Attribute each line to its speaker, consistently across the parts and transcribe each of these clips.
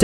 Speaker 1: จ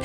Speaker 1: แถ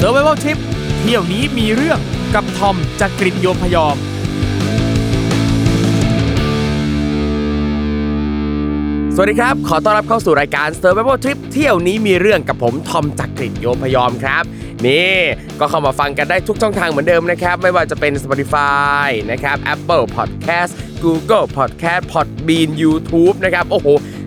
Speaker 2: s u r v i v a l Trip เที่ยวนี้มีเรื่องกับทอมจากกรีฑโยมพยอม สวัสดีครับ ขอต้อนรับเข้าสู่รายการ s u r v i v a l Trip เที่ยวนี้มีเรื่องกับผมทอมจากกรีฑโยมพยอมครับนี่ก็เข้ามาฟังกันได้ทุกช่องทางเหมือนเดิมนะครับ ไม่ว่าจะเป็น Spotify นะครับ Apple Podcast Google Podcast Podbean YouTube นะครับโอ้โห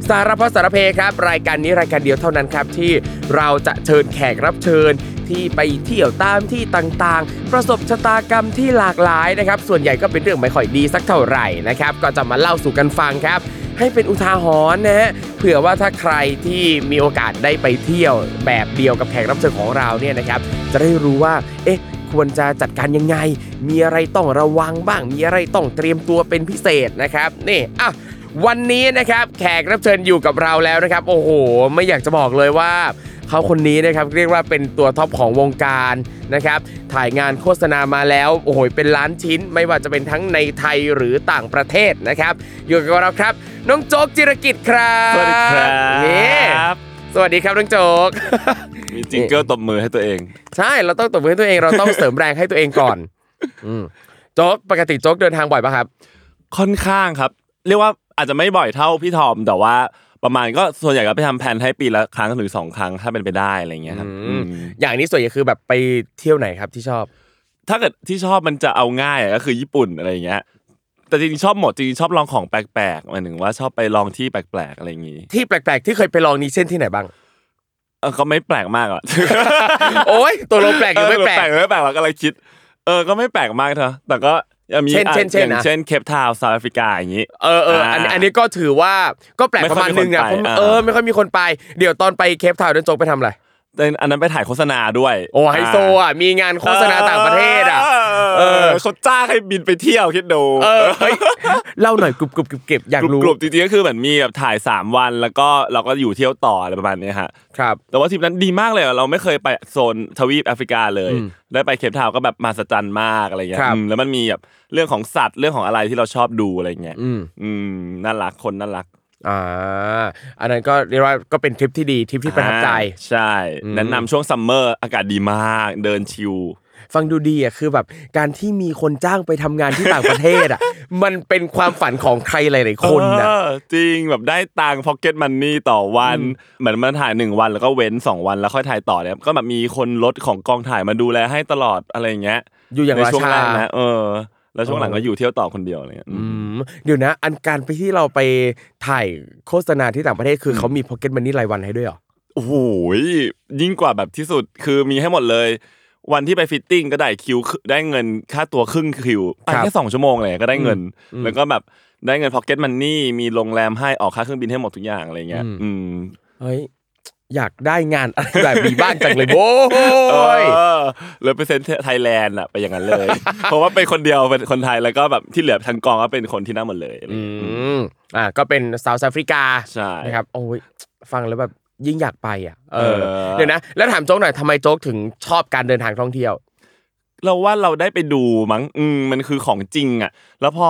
Speaker 2: สารพัดสารเพครับ รายการนี้รายการเดียวเท่านั้นครับ ที่เราจะเชิญแขกรับเชิญ ที่ไปเที่ยวตามที่ต่างๆ ประสบชะตากรรมที่หลากหลายนะครับ ส่วนใหญ่ก็เป็นเรื่องไม่ค่อยดีสักเท่าไหร่นะครับ ก็จะมาเล่าสู่กันฟังครับ ให้เป็นอุทาหรณ์นะฮะเผื่อว่าถ้าใครที่มีโอกาสได้ไปเที่ยวแบบเดียวกับแขกรับเชิญของเราเนี่ยนะครับ จะได้รู้ว่า เอ๊ะ ควรจะจัดการยังไง มีอะไรต้องระวังบ้าง มีอะไรต้องเตรียมตัวเป็นพิเศษนะครับ นี่ อ่ะ วันนี้นะครับแขกรับเชิญอยู่กับเราแล้วนะครับ โอ้โห ไม่อยากจะบอกเลยว่า เขาคนนี้นะครับเรียกว่าเป็นตัวท็อปของวงการนะครับ ถ่ายงานโฆษณามาแล้วโอ้โหเป็นล้านชิ้น ไม่ว่าจะเป็นทั้งในไทยหรือต่างประเทศนะครับ อยู่กับเราครับ น้องโจ๊กจิรกิจครับ
Speaker 3: สวัสดีครั
Speaker 2: นี่
Speaker 3: บ
Speaker 2: สวัสดีครับน้องโจ๊ก
Speaker 3: มีจิงเกิลตบมือให้ตัวเอง
Speaker 2: ใช่เราต้องตบมือให้ตัวเองเราต้องเสริมแรงให้ตัวเองก่อน อืมโจ๊กปกติโจ๊กเดินทางบ่อยปะครับ
Speaker 3: ค่อนข้างครับ เรียกว่าอาจจะไม่บ่อยเท่าพี่ทอม แต่ว่าประมาณก็ส่วนใหญ่ก็ไปทำแผนให้ปีละครั้งหรือสองครั้งถ้าเป็นไปได้อะไรอย่างเงี้ยครับ
Speaker 2: อืม
Speaker 3: อืม
Speaker 2: อย่างนี้ส่วนใหญ่คือแบบไปเที่ยวไหนครับที่ชอบ
Speaker 3: ถ้าเกิดที่ชอบมันจะเอาง่ายอะก็คือญี่ปุ่นอะไรอย่างเงี้ย แต่จริงๆชอบหมดจริงๆชอบลองของแปลกๆหมายถึงว่าชอบไปลองที่แปลกๆอะไรอย่างงี้
Speaker 2: ที่แปลกๆ ที่เคยไปลองนี้เช่นที่ไหน บ้าง
Speaker 3: เออก็ไม่แปลกมากอะ
Speaker 2: โอ้ยตัวเราแปลกหรือไม่แปลก
Speaker 3: เออไม่แปลกเรากำลังคิด เออ ก็ไม่แปลกมากเถอะแต่ก็ยังมี
Speaker 2: เช่น
Speaker 3: อ่ะ
Speaker 2: เช่นเช่น
Speaker 3: อย่าง
Speaker 2: นะ
Speaker 3: เช่นเคปทาวน์เซาท์แอฟริกาอย่างงี้
Speaker 2: เออเอออันอันนี้ก็ถือว่าก็แปลกประมาณนึงนะ
Speaker 3: ไม่ค่อยมีคนไป
Speaker 2: เพราะ
Speaker 3: อ่า
Speaker 2: เออไม่ค่อยมีคนไปเดี๋ยวตอนไปเคปทาวน์เดินโจ๊กไปทำอะไร
Speaker 3: แต่อันนั้นไปถ่ายโฆษณาด้วย
Speaker 2: โอ้ไฮโซอ่ะมีงานโฆษณาต่างประเทศอ่ะ เอ
Speaker 3: เอ
Speaker 2: อ
Speaker 3: อเขาจ้างให้บินไปเที่ยวคิดดู
Speaker 2: เออเฮ้ยเล่าหน่อยกรุบกรุบกรุบเก็บอยาก
Speaker 3: กลุ่ม
Speaker 2: รู้
Speaker 3: กลุ่มจริงๆก็คือเหมือนมีแบบถ่าย 3 วันแล้วก็เราก็อยู่เที่ยวต่ออะไรประมาณเนี้ยฮะ
Speaker 2: ครับ
Speaker 3: แต่ว่าทริปนั้นดีมากเลยอะเราไม่เคยไปโซนทวีปแอฟริกาเลย ได้ไปเคปทาวน์ก็แบบมหัศจรรย์มากอะไรเงี้ย
Speaker 2: ครับ
Speaker 3: อืมแล้วมันมีแบบเรื่องของสัตว์เรื่องของอะไรที่เราชอบดูอะไรเงี้ย
Speaker 2: อืม
Speaker 3: อืมน่ารักคนน่ารัก
Speaker 2: อ่าอันนั้นก็เรียกว่าก็เป็นทริปที่ดีทริปที่ประทับใจ
Speaker 3: อ่าใช่
Speaker 2: อืม
Speaker 3: แนะนำช่วงซัมเมอร์อากาศดีมากเดินชิล
Speaker 2: ฟังดูดีอ่ะคือแบบการที่มีคนจ้างไปทำงานที่ต่างประเทศอ่ะ มันเป็นความฝันของใครหลายๆคนนะ
Speaker 3: เออจริงแบบได้ตังพ็อกเก็ตมันนี่ต่อวัน เหมือนมันถ่ายหนึ่งวันแล้วก็เว้นสองวันแล้วค่อยถ่ายต่อเนี่ยก็แบบมีคนรถของกองถ่ายมาดูแลให้ตลอดอะไรอย่างเงี้ย
Speaker 2: อยู่อย่าง
Speaker 3: ใน
Speaker 2: รา
Speaker 3: ช่วง
Speaker 2: ชา
Speaker 3: แรกนะเออ แล้วช่วงหลังก็อยู่เที่ยวต่อคนเดียวอะไรเงี้ยอื
Speaker 2: อื
Speaker 3: ม
Speaker 2: มเดี๋ยวนะ อันการไปที่เราไปถ่ายโฆษณาที่ต่างประเทศคือเขามีพ็อกเก็ตมันนี่รายวันให้ด้วยเหรอ
Speaker 3: โอ้โหยิ่งกว่าแบบที่สุดคือมีให้หมดเลย วันที่ไปฟิตติ้งก็ได้คิวได้เงินค่าตัวครึ่งคิวไป
Speaker 2: ครับ
Speaker 3: แค่สองชั่วโมงเลยก็ได้เงิน
Speaker 2: อืม
Speaker 3: แล้วก็แบบได้เงินพ็อกเก็ตมันนี่มีโรงแรมให้ออกค่าเครื่องบินให้หมดทุกอย่างอะไรเงี้ย
Speaker 2: อืม
Speaker 3: อืม
Speaker 2: เฮ้ยอยากได้งานอะไรแบบนี้บ้างจัง เลยโว้ย
Speaker 3: เออแล้วเปอร์เซ็นต์ไทยแลนด์อะไปอย่างนั้นเลย เพราะว่าเป็นคนเดียวเป็นคนไทยแล้วก็แบบที่เหลือทั้งกองก็เป็นคนที่นั่นหมดเลยอะไรอ
Speaker 2: อื
Speaker 3: ย่างเงี้ย
Speaker 2: มอ่าก็เป็นซาวแอฟริกา
Speaker 3: ใช่
Speaker 2: นะครับโอ้ยฟังแล้วแบบยิ่งอยากไปอ่ะเออ
Speaker 3: เออ
Speaker 2: เดี๋ยวนะ แล้วถามโจ๊กหน่อยทำไมโจ๊กถึงชอบการเดินทางท่องเที่ยว
Speaker 3: เราว่าเราได้ไปดูมั้งอืมมันคือของจริงอ่ะ แล้วพอ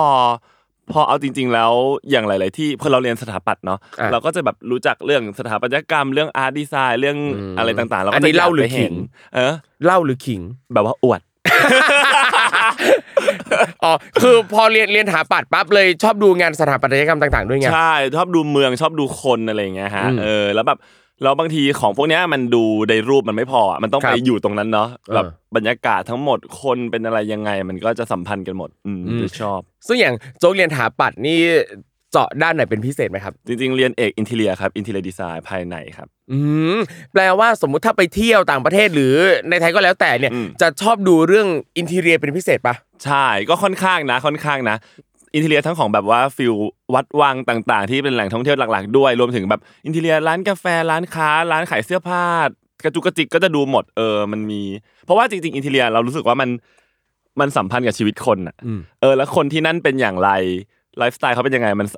Speaker 3: พอเอาจริง ๆ แล้วอย่างหลาย ๆ ที่พอเราเรียนสถาปัตย์เนาะ
Speaker 2: อ่ะ
Speaker 3: เราก็จะแบบรู้จักเรื่องสถาปัตยกรรมเรื่องอาร์ตดีไซน์เรื่อง
Speaker 2: อืม
Speaker 3: อะไรต่างๆเรา
Speaker 2: อั
Speaker 3: ก็
Speaker 2: น
Speaker 3: จะ
Speaker 2: นี้เล่า
Speaker 3: อยก
Speaker 2: หรือ
Speaker 3: ไปห็น
Speaker 2: ขิง
Speaker 3: เออ
Speaker 2: เล่าหรือ ขิง
Speaker 3: แบบว่าอวด
Speaker 2: อ๋อ คือพอเรียนเรียนหาปัดปั๊บเลยชอบดูงานสถาปัตยกรรมต่าง ๆ ด้วยไง
Speaker 3: ใช่ชอบดูเมืองชอบดูคนอะไรอย่างเงี้ยฮะ
Speaker 2: อืม
Speaker 3: เออแล้วแบบ แล้วบางทีของพวกเนี้ยมันดูในรูปมันไม่พออ่ะมันต้อง
Speaker 2: ครับ
Speaker 3: ไปอยู่ตรงนั้นเนาะ
Speaker 2: เออ
Speaker 3: แบบบรรยากาศทั้งหมดคนเป็นอะไรยังไง มันก็จะสัมพันธ์กันหมด อืมจะชอบ
Speaker 2: ซึ่งอย่างโจ๊กเรียนถาปัดนี่เจาะด้านไหนเป็นพิเศษไหมครับ
Speaker 3: จริงๆ เรียนเอกอินเทเลียครับอินเทเลียดีไซน์ภายในครับ
Speaker 2: อืมแปลว่าสมมุติถ้าไปเที่ยวต่างประเทศหรือในไทยก็แล้วแต่เนี่ย
Speaker 3: อืม
Speaker 2: จะชอบดูเรื่องอินทีเรียเป็นพิเศษปะ
Speaker 3: ใช่ก็ค่อนข้างนะค่อนข้างนะอินเทเลียทั้งของแบบว่าฟิลวัดวังต่างๆ ที่เป็นแหล่งท่องเที่ยวหลักๆ ด้วยรวมถึงแบบอินเทเลียร้านกาแฟร้านค้า ร้านขายเสื้อผ้ากระจุกกระจิกก็จะดูหมดเออมันมี เพราะว่าจริงๆอินเทเลียเรารู้สึกว่ามันมันสัมพันธ์กับชีวิตคนอ่ะ
Speaker 2: อืม
Speaker 3: เออแล้วคนที่นั่นเป็นอย่างไรไลฟ์สไตล์เขาเป็นยังไงมัน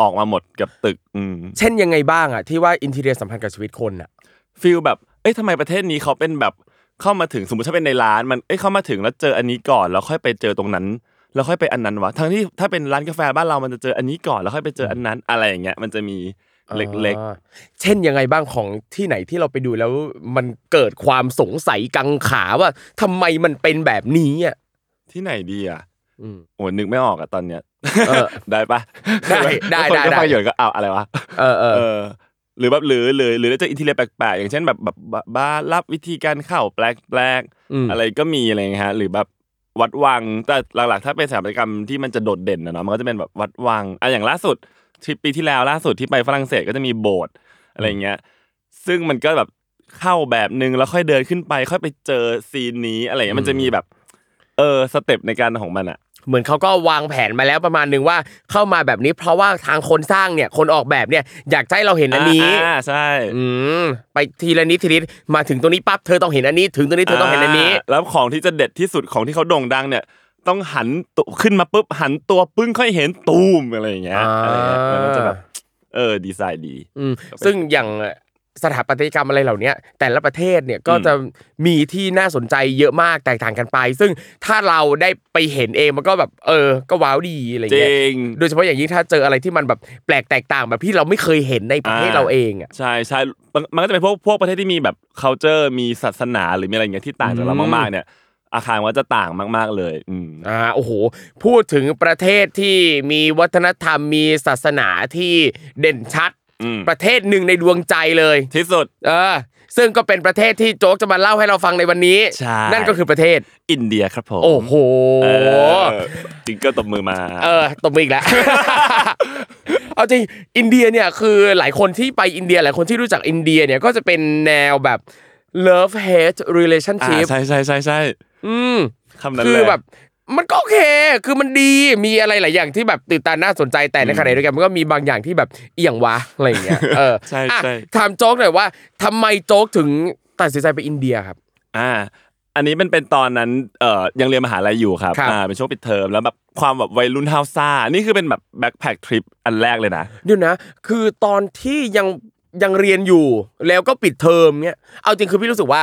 Speaker 3: ออกมาหมดกับตึกอืม
Speaker 2: เช่นยังไงบ้างอะที่ว่าอินทีเรียสัมพันธ์กับชีวิตคนอะ
Speaker 3: ฟีลแบบ เอ้ยทำไมประเทศนี้เขาเป็นแบบเข้ามาถึงสมมติถ้าเป็นในร้านมัน เอ้ยเข้ามาถึงแล้วเจออันนี้ก่อนแล้วค่อยไปเจอตรงนั้น แล้วค่อยไปอันนั้นวะ ทั้งที่ถ้าเป็นร้านกาแฟบ้านเรามันจะเจออันนี้ก่อนแล้วค่อยไปเจออันนั้นอะไรอย่างเงี้ยมันจะมีเล็ก
Speaker 2: อ่าเช่นยังไงบ้างของที่ไหนที่เราไปดูแล้วมันเกิดความสงสัยกังขาว่าทำไมมันเป็นแบบนี้อ่ะ
Speaker 3: ๆ ที่ไหนดีอ่ะ
Speaker 2: อืม
Speaker 3: โอ้นึกไม่ออกอะตอนเนี้ย
Speaker 2: เออ
Speaker 3: ได้ปะ
Speaker 2: ได้ได้
Speaker 3: แล้วคนก็
Speaker 2: ได้
Speaker 3: ฟังอยู่ก็เอาวอะไรวะ
Speaker 2: เออเออ
Speaker 3: เออหรือแบบหรือหรือหรือจะอินทีเรียแปลกๆ อย่างเช่นแบบแบบบบ้านรับวิธีการเข้าแปลก
Speaker 2: อืม
Speaker 3: ๆอะไรก็มีอะไรเงี้ยฮะหรือแบบวัดวังแต่หลักๆ ถ้าเป็นสถาปัตยกรรมที่มันจะโดดเด่นนะเนาะมันก็จะเป็นแบบวัดวังอ่ะอย่างล่าสุดทริปปีที่แล้วล่าสุดที่ไปฝรั่งเศสก็จะมีโบสถ์อะไรเงี้ยซึ่งมันก็แบบเข้าแบบนึงแล้วค่อยเดินขึ้นไปค่อยไปเจอซีนนี้อะไรเงี้ยมันจะมีแบบเออสเต็ปในการของมันอะ
Speaker 2: เหมือนเขาก็วางแผนมาแล้วประมาณหนึ่งว่าเข้ามาแบบนี้ เพราะว่าทางคนสร้างเนี่ยคนออกแบบเนี่ยอยากจะให้เราเห็นอันนี้
Speaker 3: อ่าใช่
Speaker 2: อืมไปทีละนิดทีละนิดมาถึงตรงนี้ปั๊บเธอต้องเห็นอันนี้ ถึงตรงนี้เธอต้องเห็นอันนี้
Speaker 3: าแล้วของที่จะเด็ดที่สุดของที่เขาโด่งดังเนี่ย ต้องหันตัวขึ้นมาปุ๊บหันตัวปึ้งค่อยเห็นตูมอะไรอย่างเงี้ย
Speaker 2: อ่า
Speaker 3: อะไรเงี้ยมันก็จะแบบเออดีไซน์ดี
Speaker 2: อืมซึ่งอย่างสถาปัตยกรรมอะไรเหล่าเนี้ยแต่ละประเทศเนี่ยก็จะมีที่น่าสนใจเยอะมากแตกต่างกันไป ซึ่งถ้าเราได้ไปเห็นเองมันก็แบบเออ ก็ว้าวดีอะไร
Speaker 3: จ
Speaker 2: เงี้ย
Speaker 3: ริง
Speaker 2: โดยเฉพาะอย่างยิ่งถ้าเจออะไรที่มันแบบแปลกแตกต่างแบบที่เราไม่เคยเห็นในประเทศ
Speaker 3: อ่า
Speaker 2: เราเองอ่ะ
Speaker 3: ใช่ใช่มันมันก็จะเป็นพวกพวกประเทศที่มีแบบ culture มีศาสนาหรือมีอะไรอย่างเงี้ยที่ต่างจากเรา
Speaker 2: อืม
Speaker 3: มากๆเนี่ย อาคารมันก็จะต่างมาก ๆเลยอืม
Speaker 2: อ่าโอ้โหพูดถึงประเทศที่มีวัฒนธรรมมีศาสนาที่เด่นชัด
Speaker 3: อืม
Speaker 2: ประเทศหนึ่งในดวงใจเลย
Speaker 3: ที่สุด
Speaker 2: เออ ซึ่งก็เป็นประเทศที่โจ๊กจะมาเล่าให้เราฟังในวันนี้
Speaker 3: ใช่
Speaker 2: นั่นก็คือประเทศ
Speaker 3: อินเดียครับผม
Speaker 2: โอ้โห
Speaker 3: เออจิงเก็ตบมือมา
Speaker 2: เออตบมืออีกแล้ว เอาจริงอินเดียเนี่ยคือหลายคนที่ไปอินเดียหลายคนที่รู้จักอินเดียเนี่ยก็จะเป็นแนวแบบ love hate
Speaker 3: อ่า
Speaker 2: relationship
Speaker 3: ใช่ใช่ใช่ใช่
Speaker 2: อืม
Speaker 3: คำนั้น
Speaker 2: คื
Speaker 3: เล
Speaker 2: อย แบบมันก็โอเค คือมันดีมีอะไรหลายอย่างที่แบบตื่นตาน่าสนใจแต่ในขณะเดียวกันมันก็มีบางอย่างที่แบบเอียงวะอะไรอย่างเงี้ยเออ
Speaker 3: ใช่
Speaker 2: อ่ะ
Speaker 3: ใช่
Speaker 2: ถามโจ๊กหน่อยว่าทำไมโจ๊กถึงตัดสินใจไปอินเดียครับ
Speaker 3: อ่า อันนี้มันเป็นตอนนั้น เอ่อ ยังเรียนมหาลัยอยู่ครับ
Speaker 2: ครับ
Speaker 3: อ่า เป็นช่วงปิดเทอมแล้วแบบความแบบวัยรุ่นฮาวซ่า นี่คือเป็นแบบแบ็คแพคทริปอันแรกเลยนะ
Speaker 2: เดี๋ยวนะ คือตอนที่ยังยังเรียนอยู่ แล้วก็ปิดเทอมเนี่ย เอาจริงคือพี่รู้สึกว่า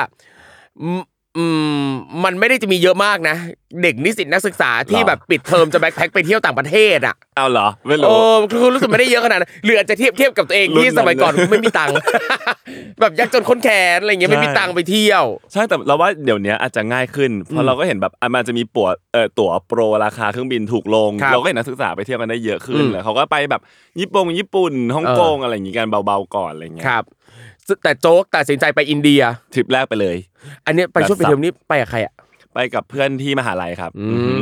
Speaker 2: อืมอืมมันไม่ได้จะมีเยอะมากนะ เด็กนิสิตนักศึกษาที่
Speaker 3: หรอ
Speaker 2: แบบปิดเทอมจะแบ็คแพ็คไปเที่ยวต่างประเทศอ่ะ
Speaker 3: เอาเหรอ ไม่
Speaker 2: เอ
Speaker 3: รู้
Speaker 2: อคือรู้สึกไม่ได้เยอะขนาดนั้นหรืออาจจะเทียบเทียบกับตัวเอง
Speaker 3: รุ่น
Speaker 2: ที่สมัยก่อน
Speaker 3: นั้นเลย
Speaker 2: ไม่มีตังค์ แบบยากจนคนแขนอะไรเงี้ย
Speaker 3: ใช่
Speaker 2: ไม่มีตังค์ไปเที่ยว
Speaker 3: ใช่แต่เราว่าเดี๋ยวนี้อาจจะง่ายขึ้น เพราะเราก็เห็นแบบอ่ะมันจะมีปัวเอ่อตั๋วโปรราคาเครื่องบินถูกลง
Speaker 2: ครับ
Speaker 3: เราก็เห็นนักศึกษาไปเที่ยวกันได้เยอะขึ้
Speaker 2: อื
Speaker 3: น
Speaker 2: ม
Speaker 3: แล้วเขาก็ไปแบบญี่ปุ่งญี่ปุ่นฮ่อง
Speaker 2: เออ
Speaker 3: กงอะไรอย่างงี้กันเบาๆก่อนอะไร
Speaker 2: ค
Speaker 3: เงี้ย
Speaker 2: รับ แต่โจ๊กตัดสินใจไปอินเดีย
Speaker 3: ทริปแรกไปเลย
Speaker 2: อันเนี้ยไปช่วงปิดเทอมนี้ไปกับใครอ่ะ
Speaker 3: ไปกับเพื่อนที่มหาลัยครับ
Speaker 2: อืม
Speaker 3: อือฮึ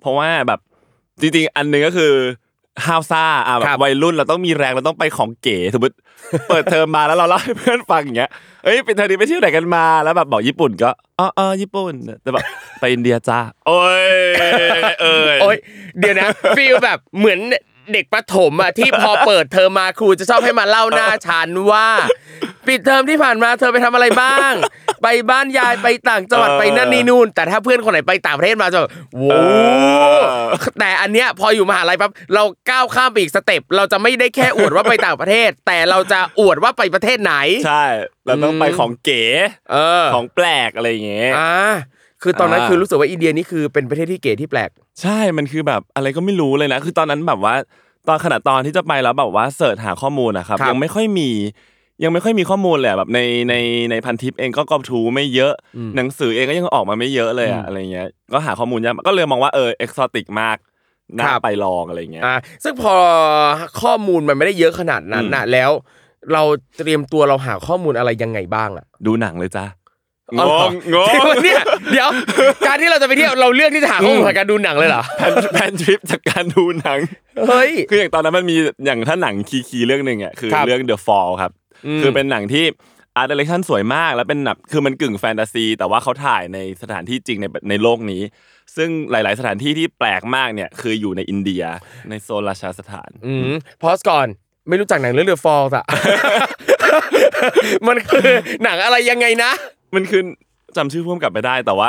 Speaker 3: เพราะว่าแบบจริงๆ อันหนึ่งก็คือฮาวซ่าอ่ะแบ
Speaker 2: ครับ
Speaker 3: บวัยรุ่นเราต้องมีแรงเราต้องไปของเก๋สมมติ เปิดเทอมมาแล้วเราเล่าให้เพื่อนฟังอย่างเงี้ยเอ้ยเป็นเทอมนี้ไปเที่ยวไหนกันมาแล้วแบบบอกญี่ปุ่นก็อ๋ออ๋อญี่ปุ่นแต่แบบ ไปอินเดียจ้าโอ้ยเอ้ย
Speaker 2: โอ๊ยเดี๋ยวนะฟีลแบบเหมือนเด็กประถมอะที่พอเปิดเทอมมาครูจะชอบให้มาเล่าหน้าฉันว่า ปิดเทอมที่ผ่านมาเธอไปทำอะไรบ้าง ไปบ้านยายไปต่างจังหวัด
Speaker 3: เออ
Speaker 2: ไปนั่นนี่นู่น แต่ถ้าเพื่อนคนไหนไปต่างประเทศมาจะแบบโว้
Speaker 3: อ
Speaker 2: แต่อันเนี้ยพออยู่มหาลัยปั๊บเราก้าวข้ามไปอีกสเต็ปเราจะไม่ได้แค่อวดว่าไปต่างประเทศ แต่เราจะอวดว่าไปประเทศไหน
Speaker 3: ใช่ เราต้องไปของเก๋
Speaker 2: เออ
Speaker 3: ของแปลกอะไรอย่างเงี้ย
Speaker 2: อ่าคือตอนนั้น
Speaker 3: อ่า
Speaker 2: คือรู้สึกว่าอินเดียนี่คือเป็นประเทศที่เก๋ที่แปลก
Speaker 3: ใช่ มันคือแบบอะไรก็ไม่รู้เลยนะ คือตอนนั้นแบบว่า ตอนขณะตอนที่จะไปแล้วแบบว่าเสิร์ชหาข้อมูลนะครับ
Speaker 2: ครับ
Speaker 3: ยังไม่ค่อยมี ยังไม่ค่อยมีข้อมูลเลยอะแบบในในในพันทิปเองก็กอบทูไม่เยอะ หนังสือเองก็ยังออกมาไม่เยอะเลยอะอะไรเงี้ย ก็หาข้อมูลยากก็เลยมองว่าเออเอกซติกมากน่า
Speaker 2: ครับ
Speaker 3: ไปลองอะไรเงี้ย
Speaker 2: อ่าซึ่งพอข้อมูลมันไม่ได้เยอะขนาดนั้นน่ะแล้ว เราเตรียมตัวเราหาข้อมูลอะไรยังไงบ้างอะ
Speaker 3: ดูหนังเลยจ้ะ
Speaker 2: อ๋อเหรอ
Speaker 3: งง
Speaker 2: เนี่ยเดี๋ยวการที่เราจะไปเที่ยวเราเลือกที่จะหาข้อมูลจากการดูหนังเลยเหรอ
Speaker 3: แพลนแพลนทริปจากการดูหนัง
Speaker 2: เฮ้ย
Speaker 3: คืออย่างตอนนั้นมันมีอย่างถ้าหนังคีคีเรื่องหนึ่งอ่ะคือ
Speaker 2: ครับ
Speaker 3: เรื่อง The Fall ครับ
Speaker 2: อืม
Speaker 3: คือเป็นหนังที่อาร์ต i ดเรคชั่นสวยมาก แล้วเป็นแบบคือมันกึ่งแฟนตาซี แต่ว่าเขาถ่ายในสถานที่จริงในในโลกนี้ ซึ่งหลาย ๆ สถานที่ที่แปลกมากเนี่ยคืออยู่ในอินเดียในโซนราชาสถาน
Speaker 2: ืมพอสก่อนไม่รู้จักหนังเรื่องเรือฟอลส์อะ มันคือหนังอะไรยังไงนะ
Speaker 3: มันคือจำชื่อพ่วงกลับไม่ได้แต่ว่า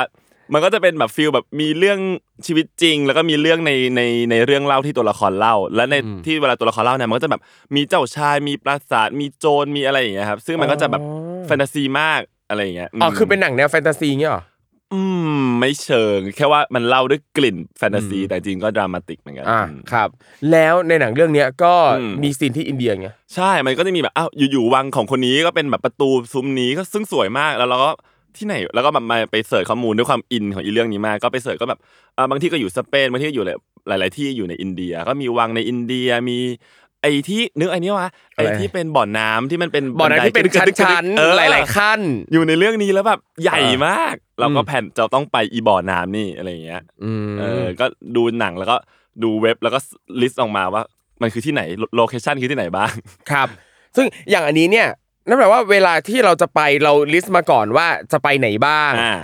Speaker 3: มันก็จะเป็นแบบฟิลแบบมีเรื่องชีวิตจริง แล้วก็มีเรื่องในในในเรื่องเล่าที่ตัวละครเล่า และในที่เวลาตัวละครเล่าเนี่ยมันก็จะแบบมีเจ้าชายมีปราสาทมีโจรมีอะไรอย่างเงี้ยครับซึ่งมันก็จะแบบ
Speaker 2: อ๋อ
Speaker 3: แฟนตาซีมากอะไรอย่างเงี้ย
Speaker 2: อ๋อ
Speaker 3: ม
Speaker 2: คือเป็นหนังแนวแฟนตาซีเงี้ยเหรอ
Speaker 3: อืมไม่เชิง แค่ว่ามันเล่าด้วยกลิ่นแฟนตาซี แต่จริงก็ดรามาติกเหมือนกัน
Speaker 2: อ่า
Speaker 3: อืม
Speaker 2: ครับ แล้วในหนังเรื่องเนี้ยก็
Speaker 3: อืม
Speaker 2: มีซีนที่อินเดียไง
Speaker 3: ใช่ มันก็จะมีแบบ อ้าว อยู่ๆ วังของคนนี้ก็เป็นแบบประตูซุ้มนี้ก็ซึ่งสวยมาก แล้วเราก็ที่ไหน แล้วก็แบบมาไปเสิร์ชข้อมูลด้วยความอินของอีเรื่องนี้มาก ก็ไปเสิร์ชก็แบบเอ่อบางที่ก็อยู่สเปน บางที่ก็อยู่หลายๆที่อยู่ในอินเดีย ก็มีวังในอินเดีย มีไอ้ที่นึกไอ้นี่วะ ไอ้
Speaker 2: อะไร
Speaker 3: ที่เป็นบ่อน้ำที่มันเป็น
Speaker 2: บ่อนนั้น
Speaker 3: ได
Speaker 2: ที่เป็น
Speaker 3: กระดึกกระดึก
Speaker 2: ชั้น
Speaker 3: เออ
Speaker 2: ๆหลาย ๆ ขั้น
Speaker 3: อยู่ในเรื่องนี้แล้วแบบใหญ่
Speaker 2: เออ
Speaker 3: มาก เราก็แผ่นจะต้องไปอีบ่อน้ำนี่อะไรอย่างเงี้ย
Speaker 2: อืม
Speaker 3: เออ ก็ดูหนังแล้วก็ดูเว็บแล้วก็ลิสต์ออกมาว่า มันคือที่ไหน โลเคชั่นคือที่ไหนบ้าง
Speaker 2: ครับ ซึ่งอย่างอันนี้เนี่ยนั่นแปลว่าเวลาที่เราจะไปเราลิสต์มาก่อนว่าจะไปไหนบ้าง
Speaker 3: อ่า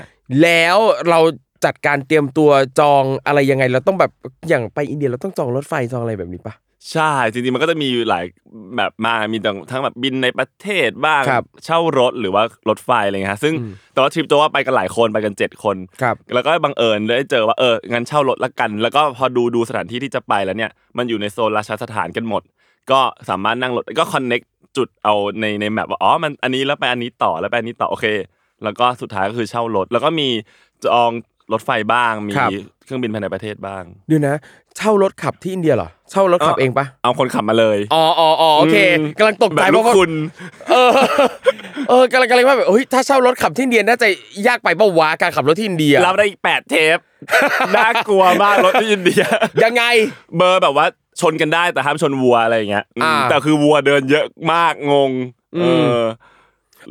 Speaker 2: แล้วเราจัดการเตรียมตัวจองอะไรยังไงเราต้องแบบอย่างไปอินเดียเราต้องจองรถไฟจองอะไรแบบนี้ปะ
Speaker 3: ใช่จริงๆมันก็จะมีหลายแบบมามีทั้งแบบบินในประเทศบ้าง
Speaker 2: ครับ
Speaker 3: เช่ารถหรือว่ารถไฟอะไรเงี้ยฮะซึ่งแต่ว่าทริปตัวว่าไปกันหลายคนไปกัน 7 คน
Speaker 2: ครับ
Speaker 3: แล้วก็บังเอิญได้เจอว่าเอองั้นเช่ารถละกัน แล้วก็พอดูดูสถานที่ที่จะไปแล้วเนี่ยมันอยู่ในโซนราชสถานกันหมด ก็สามารถนั่งรถก็คอนเน็กจุดเอาในในแมปว่าอ๋อมันอันนี้แล้วไปอันนี้ต่อแล้วไปอันนี้ต่อโอเค แล้วก็สุดท้ายก็คือเช่ารถ แล้วก็มีจองรถไฟบ้างมี
Speaker 2: ครับ
Speaker 3: เครื่องบินภายในประเทศบ้าง
Speaker 2: เดี๋ยวนะ เช่ารถขับที่อินเดียเหรอเช่ารถขับ
Speaker 3: เออ
Speaker 2: เองปะ
Speaker 3: เอาคนขับมาเลย
Speaker 2: อ๋ออ๋ออ๋อโอเคกำลังตก
Speaker 3: แบ
Speaker 2: ใจ
Speaker 3: บ
Speaker 2: เพ
Speaker 3: ลู
Speaker 2: ราะ
Speaker 3: ก
Speaker 2: ว่า
Speaker 3: คุณ
Speaker 2: เออเออกำลังกำลังว่าแบบเฮ้ยถ้าเช่ารถขับที่อินเดียน่าจะยากไปเปะวะการขับรถที่อินเดีย
Speaker 3: รับได้อีกแปดเทป น่ากลัวมากรถที่อินเดีย
Speaker 2: ยังไง
Speaker 3: เบอร์แบบว่าชนกันได้แต่ห้ามชนวัวอะไรอย่างเงี้ยอืม
Speaker 2: อ่า
Speaker 3: แต่คือวัวเดินเยอะมากงง
Speaker 2: อื
Speaker 3: เอ
Speaker 2: ม
Speaker 3: อ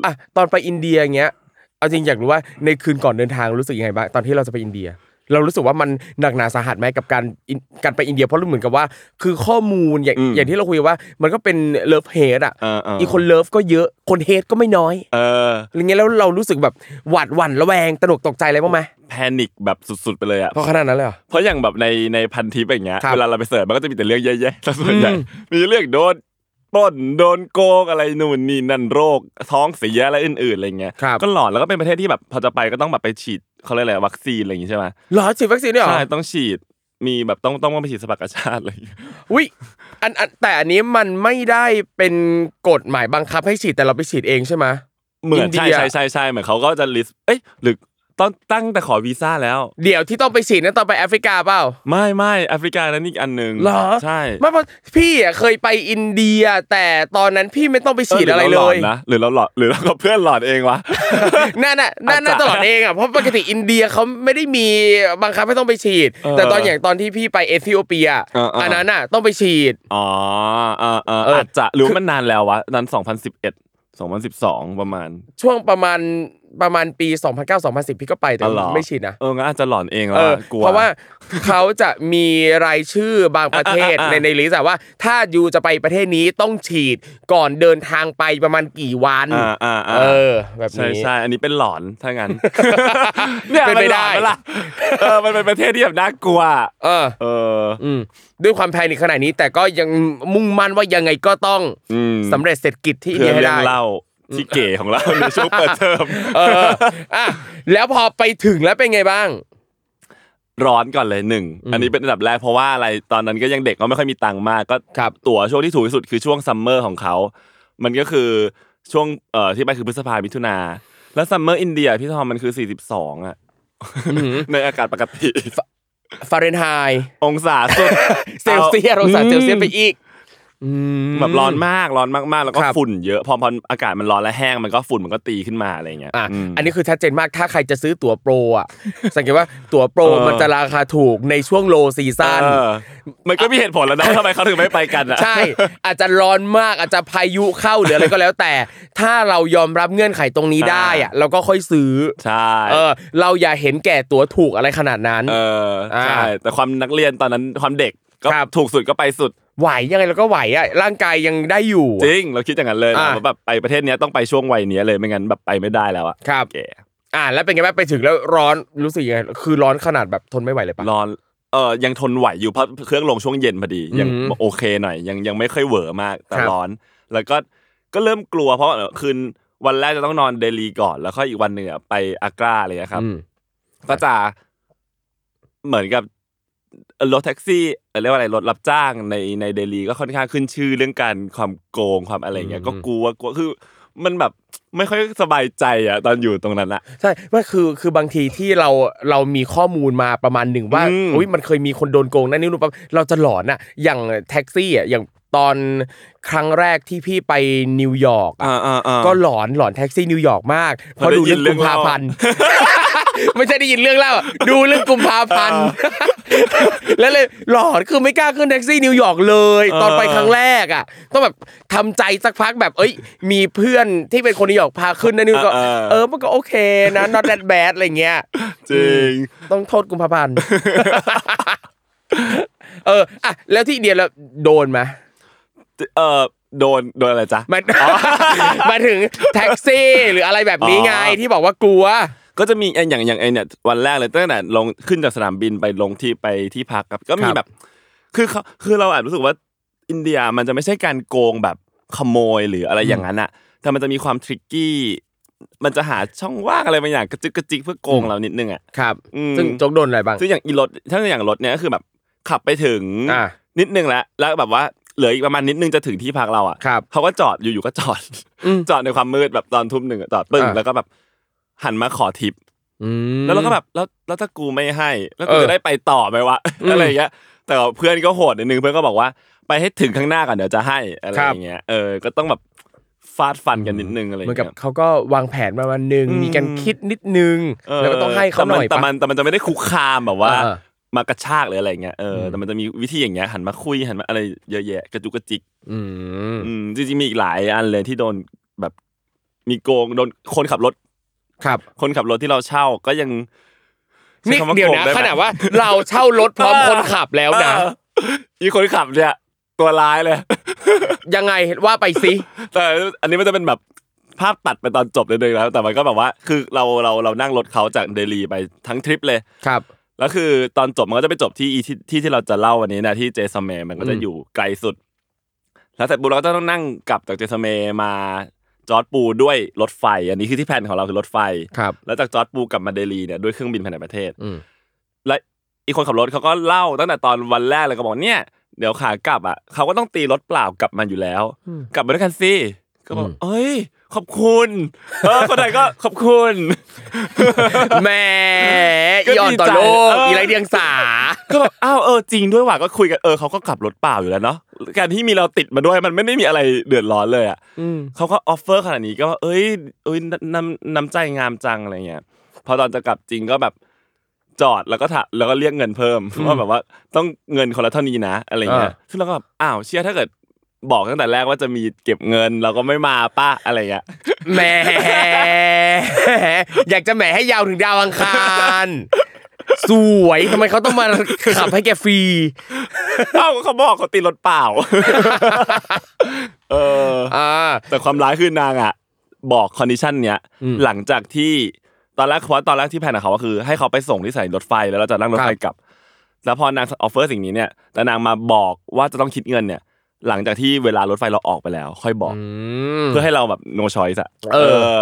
Speaker 2: อ่ะตอนไปอินเดียอย่างเงี้ยเอาจริงอยากรู้ว่าในคืนก่อนเดินทางรู้สึกยังไงบ้างตอนที่เราจะไปอินเดีย เรารู้สึกว่ามันหนักหนาสาหัสไหมกับการอินการไปอินเดียเพราะรู้เหมือนกับว่า คือข้อมูลอย่างอย่างที่เราคุยว่ามันก็เป็นเลิฟเฮดอ่ะ
Speaker 3: เออเออ
Speaker 2: อีกคนเลิฟก็เยอะคนเฮดก็ไม่น้อย
Speaker 3: เออ
Speaker 2: อะไรเงี้ยแล้วเรารู้สึกแบบหวาดหวั่นระแวงตระหนกตกใจอะไรบ้างไหม
Speaker 3: แพนิคแบบสุดๆไปเลยอ่ะ
Speaker 2: เพราะขนาดนั้นเลยเหรอ
Speaker 3: เพราะอย่างแบบในในพันทิปอย่างเงี้ย
Speaker 2: ครับ
Speaker 3: เวลาเราไปเสิร์ชมันก็จะมีแต่เรื่องแย่ๆซะ ส่วนใหญ่
Speaker 2: อืม
Speaker 3: มีเรื่องโดนปล้นโดนโกงอะไรนู่นนี่นั่นโรค ท้องเสียอะไรอื่นๆอะไรเงี้ย
Speaker 2: ครับ
Speaker 3: ก็หลอนแล้วก็เป็นประเทศที่แบบพอจะไปก็ต้องแบบไปฉีดเขาเรียกอะไรวัคซีนอะไรอย่างงี้ใช่ไหม
Speaker 2: เหรอฉีดวัคซีนด้วยเหรอ
Speaker 3: ใช่ต้องฉีดมีแบบต้องต้องไปฉีดสปากาชาติอะไรอย่างเงี้ย
Speaker 2: อุ้ยอันอันแต่อันนี้มันไม่ได้เป็นกฎหมายบังคับให้ฉีดแต่เราไปฉีดเองใช่ไหม
Speaker 3: เหมือน
Speaker 2: อิน
Speaker 3: ใช่
Speaker 2: เดีย
Speaker 3: ใช่ใช่ใช่เหมือนเขาก็จะ list เอ้ยหรือต้องตั้งแต่ขอวีซ่าแล้ว
Speaker 2: เดี๋ยวที่ต้องไปฉีดนั้นตอนไปแอฟริกาเปล่า
Speaker 3: ไม่ไม่แอฟริกานั้นอีกอันหนึ่ง
Speaker 2: เหรอ
Speaker 3: ใช่
Speaker 2: ไม่เพราะพี่อ่ะเคยไปอินเดีย แต่ตอนนั้นพี่ไม่ต้องไปฉีดอะไรเล
Speaker 3: ห
Speaker 2: ย
Speaker 3: นนะหรือเราหลอนหรือเรากับเพื่อนหลอนเองวะ
Speaker 2: นั่นน่ะนั่นน่ะ
Speaker 3: อาจจะ
Speaker 2: ตลอดเองอ่ะเพราะปกติอินเดียเขาไม่ได้มีบังคับให้ต้องไปฉีด
Speaker 3: เออ
Speaker 2: แต่ตอนอย่างตอนที่พี่ไปเอธิโอเปีย
Speaker 3: เออเอออั
Speaker 2: อันนั้นน่ะต้องไปฉีด
Speaker 3: อ๋อเออเออ
Speaker 2: เอออ
Speaker 3: อาจจะหรือว่ามันนานแล้ววะนั้น 2011 2012 ประมาณ
Speaker 2: ช่วงประมาณประมาณปี 2009-2010 พี่ก็ไปแต่
Speaker 3: อ๋อเหรอ
Speaker 2: ไม่ฉีดนะ
Speaker 3: เอองั้นอาจจะหลอนเองแล้ว
Speaker 2: เออ
Speaker 3: อะกลัว
Speaker 2: เพราะว่าเขาจะมีรายชื่อบางประเทศ
Speaker 3: อ่ะอ่ะ
Speaker 2: ใน
Speaker 3: อ่ะ
Speaker 2: ในลิสต์อะว่า ถ้าอยู่จะไปประเทศนี้ต้องฉีดก่อนเดินทางไปประมาณกี่วัน
Speaker 3: อ่าอ่าอ่า
Speaker 2: เออ แบบ
Speaker 3: ใช่
Speaker 2: นี้
Speaker 3: ใช่อันนี้เป็นหลอนถ้างั้น เนี่ย
Speaker 2: เป็น
Speaker 3: มั
Speaker 2: ไป
Speaker 3: นหล
Speaker 2: ได้
Speaker 3: อนปะล่ะเออมันเป็นประเทศที่แบบน่ากลัว
Speaker 2: เออ
Speaker 3: เออ
Speaker 2: อืมด้วยความแพนิคขนาดนี้แต่ก็ยังมุ่งมั่นว่ายังไงก็ต้อง
Speaker 3: อืม
Speaker 2: สำเร็จเศรษฐกิจที่อิน
Speaker 3: เพื่
Speaker 2: เดี
Speaker 3: อยเรื่อ
Speaker 2: ให้ได้
Speaker 3: งเล่าที่เก๋ของเรา ในช่วงเปิดเทอม
Speaker 2: เอออ่ะแล้วพอไปถึงแล้วเป็นไงบ้าง
Speaker 3: ร้อนก่อนเลยหนึ่งอันนี้เป็นอันดับแรกเพราะว่าอะไรตอนนั้นก็ยังเด็กก็ไม่ค่อยมีตังค์มากก็
Speaker 2: ครับ
Speaker 3: ตั๋วช่วงที่ถูกที่สุดคือช่วงซัมเมอร์ของเขา มันก็คือช่วงเอ่อที่ไปคือพฤษภามิถุนาแล้วซัมเมอร์อินเดียพี่ทอมมันคือ 42อ่ะ ในอากาศปกติ
Speaker 2: ฟาเรนไฮต์
Speaker 3: องศาสุด
Speaker 2: เซลเซียสองศาเซลเซียสไปอีก
Speaker 3: แบบร้อนมากร้อนมากๆ แล้วก็
Speaker 2: ครับ
Speaker 3: ฝุ่นเยอะพอพออากาศมันร้อนและแห้งมันก็ฝุ่นมันก็ตีขึ้นมาอะไรเงี้ย
Speaker 2: อ่ะ
Speaker 3: ม
Speaker 2: อันนี้คือชัดเจนมากถ้าใครจะซื้อตั๋วโปรอ่ะ สังเกตว่าตั๋วโปร
Speaker 3: เออ
Speaker 2: มันจะราคาถูกในช่วงโลซีซั่น
Speaker 3: เออมันก็มีเหตุผลแล้วนะว่าทำไมเขาถึงไม่ไปกันอ่ะ
Speaker 2: ใช่ อาจจะร้อนมากอาจจะพายุเข้าหรืออะไรก็แล้วแต่ ถ้าเรายอมรับเงื่อนไขตรงนี้ได้อ่ะเราก็ค่อยซื้อ
Speaker 3: ใช่
Speaker 2: เออ เราอย่าเห็นแก่ตั๋วถูกอะไรขนาดนั้น
Speaker 3: เออใช่
Speaker 2: อ่า
Speaker 3: แต่ความนักเรียนตอนนั้นความเด็กก็
Speaker 2: ครับ
Speaker 3: ถูกสุดก็ไปสุด
Speaker 2: ไหวยังไงเราก็ไหวอ่ะร่างกายยังได้อยู่
Speaker 3: จริง เราคิดอย่างนั้นเลย
Speaker 2: อ่า
Speaker 3: เราแบบไปประเทศเนี้ยต้องไปช่วงวัยเนี้ยเลยไม่งั้นแบบไปไม่ได้แล้วอะ
Speaker 2: ครับ
Speaker 3: แก
Speaker 2: อ่าแล้วเป็นไงบ้างไปถึงแล้วร้อนรู้สึกยังไงคือร้อนขนาดแบบทนไม่ไหวเลยปะ
Speaker 3: ร้อนเออยังทนไหวอยู่เพราะเครื่องลงช่วงเย็นพอดียัง
Speaker 2: อืม
Speaker 3: โอเคหน่อย ยังยังไม่ค่อยเหวอมากแต่
Speaker 2: ครับ
Speaker 3: ร้อน แล้วก็ก็เริ่มกลัวเพราะเอ่อคืนวันแรกจะต้องนอนเดลีก่อน แล้วค่อยอีกวันหนึ่งอะไปอากราอะไรอย่างเลยครับ
Speaker 2: อืม
Speaker 3: ก็จะเหมือนกับเอ่อรถแท็กซี่เอ่อเรียกว่าอะไรรถรับจ้างในในเดลีก็ค่อนข้างขึ้นชื่อเรื่องการความโกงความอะไรอย่างเงี้ย
Speaker 2: อืม
Speaker 3: ก็กลัวกลัวคือมันแบบไม่ค่อยสบายใจอ่ะตอนอยู่ตรงนั้นอ่ะ
Speaker 2: ใช่ไม่คือคือบางทีที่เราเรามีข้อมูลมาประมาณหนึ่งว่า
Speaker 3: อืม
Speaker 2: อุ้ยมันเคยมีคนโดนโกงนั่นนี่รู้ปะเราจะหลอนอะอย่างแท็กซี่อะอย่างตอนครั้งแรกที่พี่ไปนิวยอร์กอะก็หลอนหลอนแท็กซี่นิวยอร์กมากเพราะดูเรื่อง
Speaker 3: เราได้ยินเรื่
Speaker 2: กุ
Speaker 3: อง
Speaker 2: มภา
Speaker 3: เล่า
Speaker 2: พันธ์ ไม่ใช่ได้ยินเรื่องเล่าอะดูเรื่องกุมภาพันธ์ แล้วเลยหลอนคือไม่กล้าขึ้นแท็กซี่นิวยอร์กเลย ตอนไปครั้งแรกอ่ะต้องแบบทำใจสักพักแบบเอ้ย มีเพื่อนที่เป็นคนนิวยอร์กพาขึ้นนะนิวก็
Speaker 3: เออเออ
Speaker 2: เออมันก็โอเคนะ not that bad อะไรเงี้ย
Speaker 3: จริง
Speaker 2: ต้องโทษกุมภาพันธ์ เอออ่ะแล้วที่เดียเราโดนไหม
Speaker 3: เออโดนโดนอะไรจ๊ะ
Speaker 2: มัน หมายถึงแท็กซี่หรืออะไรแบบนี้ไง
Speaker 3: อ๋อ
Speaker 2: ที่บอกว่ากลัว
Speaker 3: ก็จะมีไอ้อย่างอย่างไอเนี่ยวันแรกเลยตั้งแต่ลงขึ้นจากสนามบินไปลงที่ไปที่พักครับก็มี
Speaker 2: ครับ
Speaker 3: แบบ คือเขาคือเราอาจรู้สึกว่าอินเดียมันจะไม่ใช่การโกงแบบขโมยหรืออะไรอย่างนั้นอะแต่มันจะมีความทริกกี้มันจะหาช่องว่างอะไรบางอย่างกระจิกกระจิกเพื่อโกง
Speaker 2: อืม
Speaker 3: เรานิดนึงอะ
Speaker 2: ครับ
Speaker 3: อืม
Speaker 2: ซึ่งโจกโดนอะไรบ้าง
Speaker 3: ซึ่งอย่างอีรถถ้าอย่างรถเนี้ยก็คือแบบขับไปถึง
Speaker 2: อ่ะ
Speaker 3: นิดนึงแล้วแล้วแบบว่าเหลืออีกประมาณนิดนึงจะถึงที่พักเราอะ
Speaker 2: ครับ
Speaker 3: เขาก็จอดอยู่ๆก็จอด
Speaker 2: อืม
Speaker 3: จอดในความมืดแบบตอนทุ่มหนึ่งอะจอดปึ้ง
Speaker 2: อ่ะ
Speaker 3: แล้วก็แบบหันมาขอทิป
Speaker 2: อืม
Speaker 3: แล้วเราก็แบบแล้วแล้วถ้ากูไม่ให้ แล้วกู
Speaker 2: เออ
Speaker 3: จะได้ไปต่อไหมวะ
Speaker 2: อืม
Speaker 3: อะไรอย่างเงี้ยแต่ว่าเพื่อนก็โหดนิดนึงเพื่อนก็บอกว่าไปให้ถึงข้างหน้าก่อนเดี๋ยวจะให้อะไร
Speaker 2: ครั
Speaker 3: อบ ย่างเงี้ยเออก็ต้องแบบฟาดฟันกันนิดนึงอะไรอ
Speaker 2: เห
Speaker 3: ย่าง
Speaker 2: มือนกับ
Speaker 3: เงี้ย
Speaker 2: เขาก็วางแผนมาวันหนึ่ง
Speaker 3: อืม
Speaker 2: มีการคิดนิดนึง
Speaker 3: เ
Speaker 2: แล้วก็ต้องให้เขาหน่อย
Speaker 3: แต่
Speaker 2: ปะ
Speaker 3: มันแต่มันแต่มันจะไม่ได้คุกคามแบบว่า
Speaker 2: เออ
Speaker 3: มากระชากหรืออะไรอย่างเงี้ยเอออแต่มันจะมีวิธีอย่างเงี้ยหันมาคุยหันมาอะไรเยอะแยะกระจุกกระจิก
Speaker 2: อืม
Speaker 3: อืมจริงๆมีอีกหลายอันเลยที่โดนแบบมีโกงโดนคนขับรถ
Speaker 2: ครับ
Speaker 3: คนขับรถที่เราเช่าก็ยังใช้
Speaker 2: นี่
Speaker 3: คำา
Speaker 2: เดี๋ยว
Speaker 3: โกง
Speaker 2: นะ
Speaker 3: ไไหม
Speaker 2: ขนาดว่าเราเช่ารถพร้อมคนขับแล้วนะ
Speaker 3: เอออีคนขับเนี่ย ตัวร้ายเลย
Speaker 2: ยังไงว่าไปสิ
Speaker 3: แต่อันนี้มันจะเป็นแบบภาพตัดไปตอนจบเลยนึงแล้วแต่มันก็แบบว่าคือเราเราเรานั่งรถเขาจากเดลีไปทั้งทริปเลย
Speaker 2: ครับ
Speaker 3: แล้วคือตอนจบมันก็จะไปจบที่อีที่ที่ที่เราจะเล่าวันนี้นะที่เจสัมเมมันก็จะ
Speaker 2: อืม
Speaker 3: อยู่ไกลสุด แล้วเสร็จปุ๊บเราก็ต้องนั่งกลับจากเจสัมเมมาจอร์ดปูด้วยรถไฟ อันนี้คือที่แผนของเราคือรถไฟ
Speaker 2: ครับ
Speaker 3: แล้วจากจอร์ดปูกลับมาเดลีเนี่ยด้วยเครื่องบินภายในประเทศ
Speaker 2: อืม
Speaker 3: และอีกคนขับรถเขาก็เล่าตั้งแต่ตอนวันแรกเลยก็บอกเนี่ยเดี๋ยวขากลับอ่ะเขาก็ต้องตีรถเปล่ากลับมาอยู่แล้ว
Speaker 2: อืม
Speaker 3: กลับมาด้วยกันสิก็บอก
Speaker 2: อืม
Speaker 3: เอ้ย ขอบคุณเอ อคนไทยก็ขอบคุณ
Speaker 2: แหม่อีออนต่อโลก
Speaker 3: ก็ดีใจเอออี
Speaker 2: อีไรเดียงสา
Speaker 3: ก็แบบอ้าวเออจริงด้วยว่ะก็คุยกันเออเขาก็ขับรถเปล่าอยู่แล้วเนาะการที่มีเราติดมาด้วยมันไม่ได้มีอะไรเดือดร้อนเลยอ่ะเขาก็ออฟเฟอร์ขนาดนี้ก็ว่าเอ้ยเอ้ยน้ำน้ำใจงามจังอะไรเงี้ยพอตอนจะกลับจริงก็แบบจอดแล้วก็ถะแล้วก็เรียกเงินเพิ่มว่าแบบว่าต้องเงินคนละเท่านี้นะอะไรเงี้ย
Speaker 2: อ่า
Speaker 3: ซึ่งเราก็แบบอ้าวเชื่อถ้าเกิดบอกตั้งแต่แรกว่าจะมีเก็บเงินเราก็ไม่มาป้าอะไรเงี้ย
Speaker 2: แหมอยากจะแหมให้ยาวถึงดาวอังคารสวยทำไมเขาต้องมาขับให้แกฟรี
Speaker 3: เอ้าเขาบอกเขาตีรถเปล่า เออ
Speaker 2: อ่า
Speaker 3: แต่ความร้ายคือนางอ่ะ บอกคอนดิชันเนี้ย
Speaker 2: อืม
Speaker 3: หลังจากที่ตอนแรกเพราะตอนแรกที่แผนของเขาก็คือ ให้เขาไปส่งที่สถานีรถไฟแล้วเราจะนั่งรถไฟกลับ แล้วพอนางออฟเฟอร์สิ่งนี้เนี่ย แต่นางมาบอกว่าจะต้องคิดเงินเนี่ย หลังจากที่เวลารถไฟเราออกไปแล้ว ค่อยบอก เพื่อให้เราแบบ no choice อะ
Speaker 2: เออ
Speaker 3: อ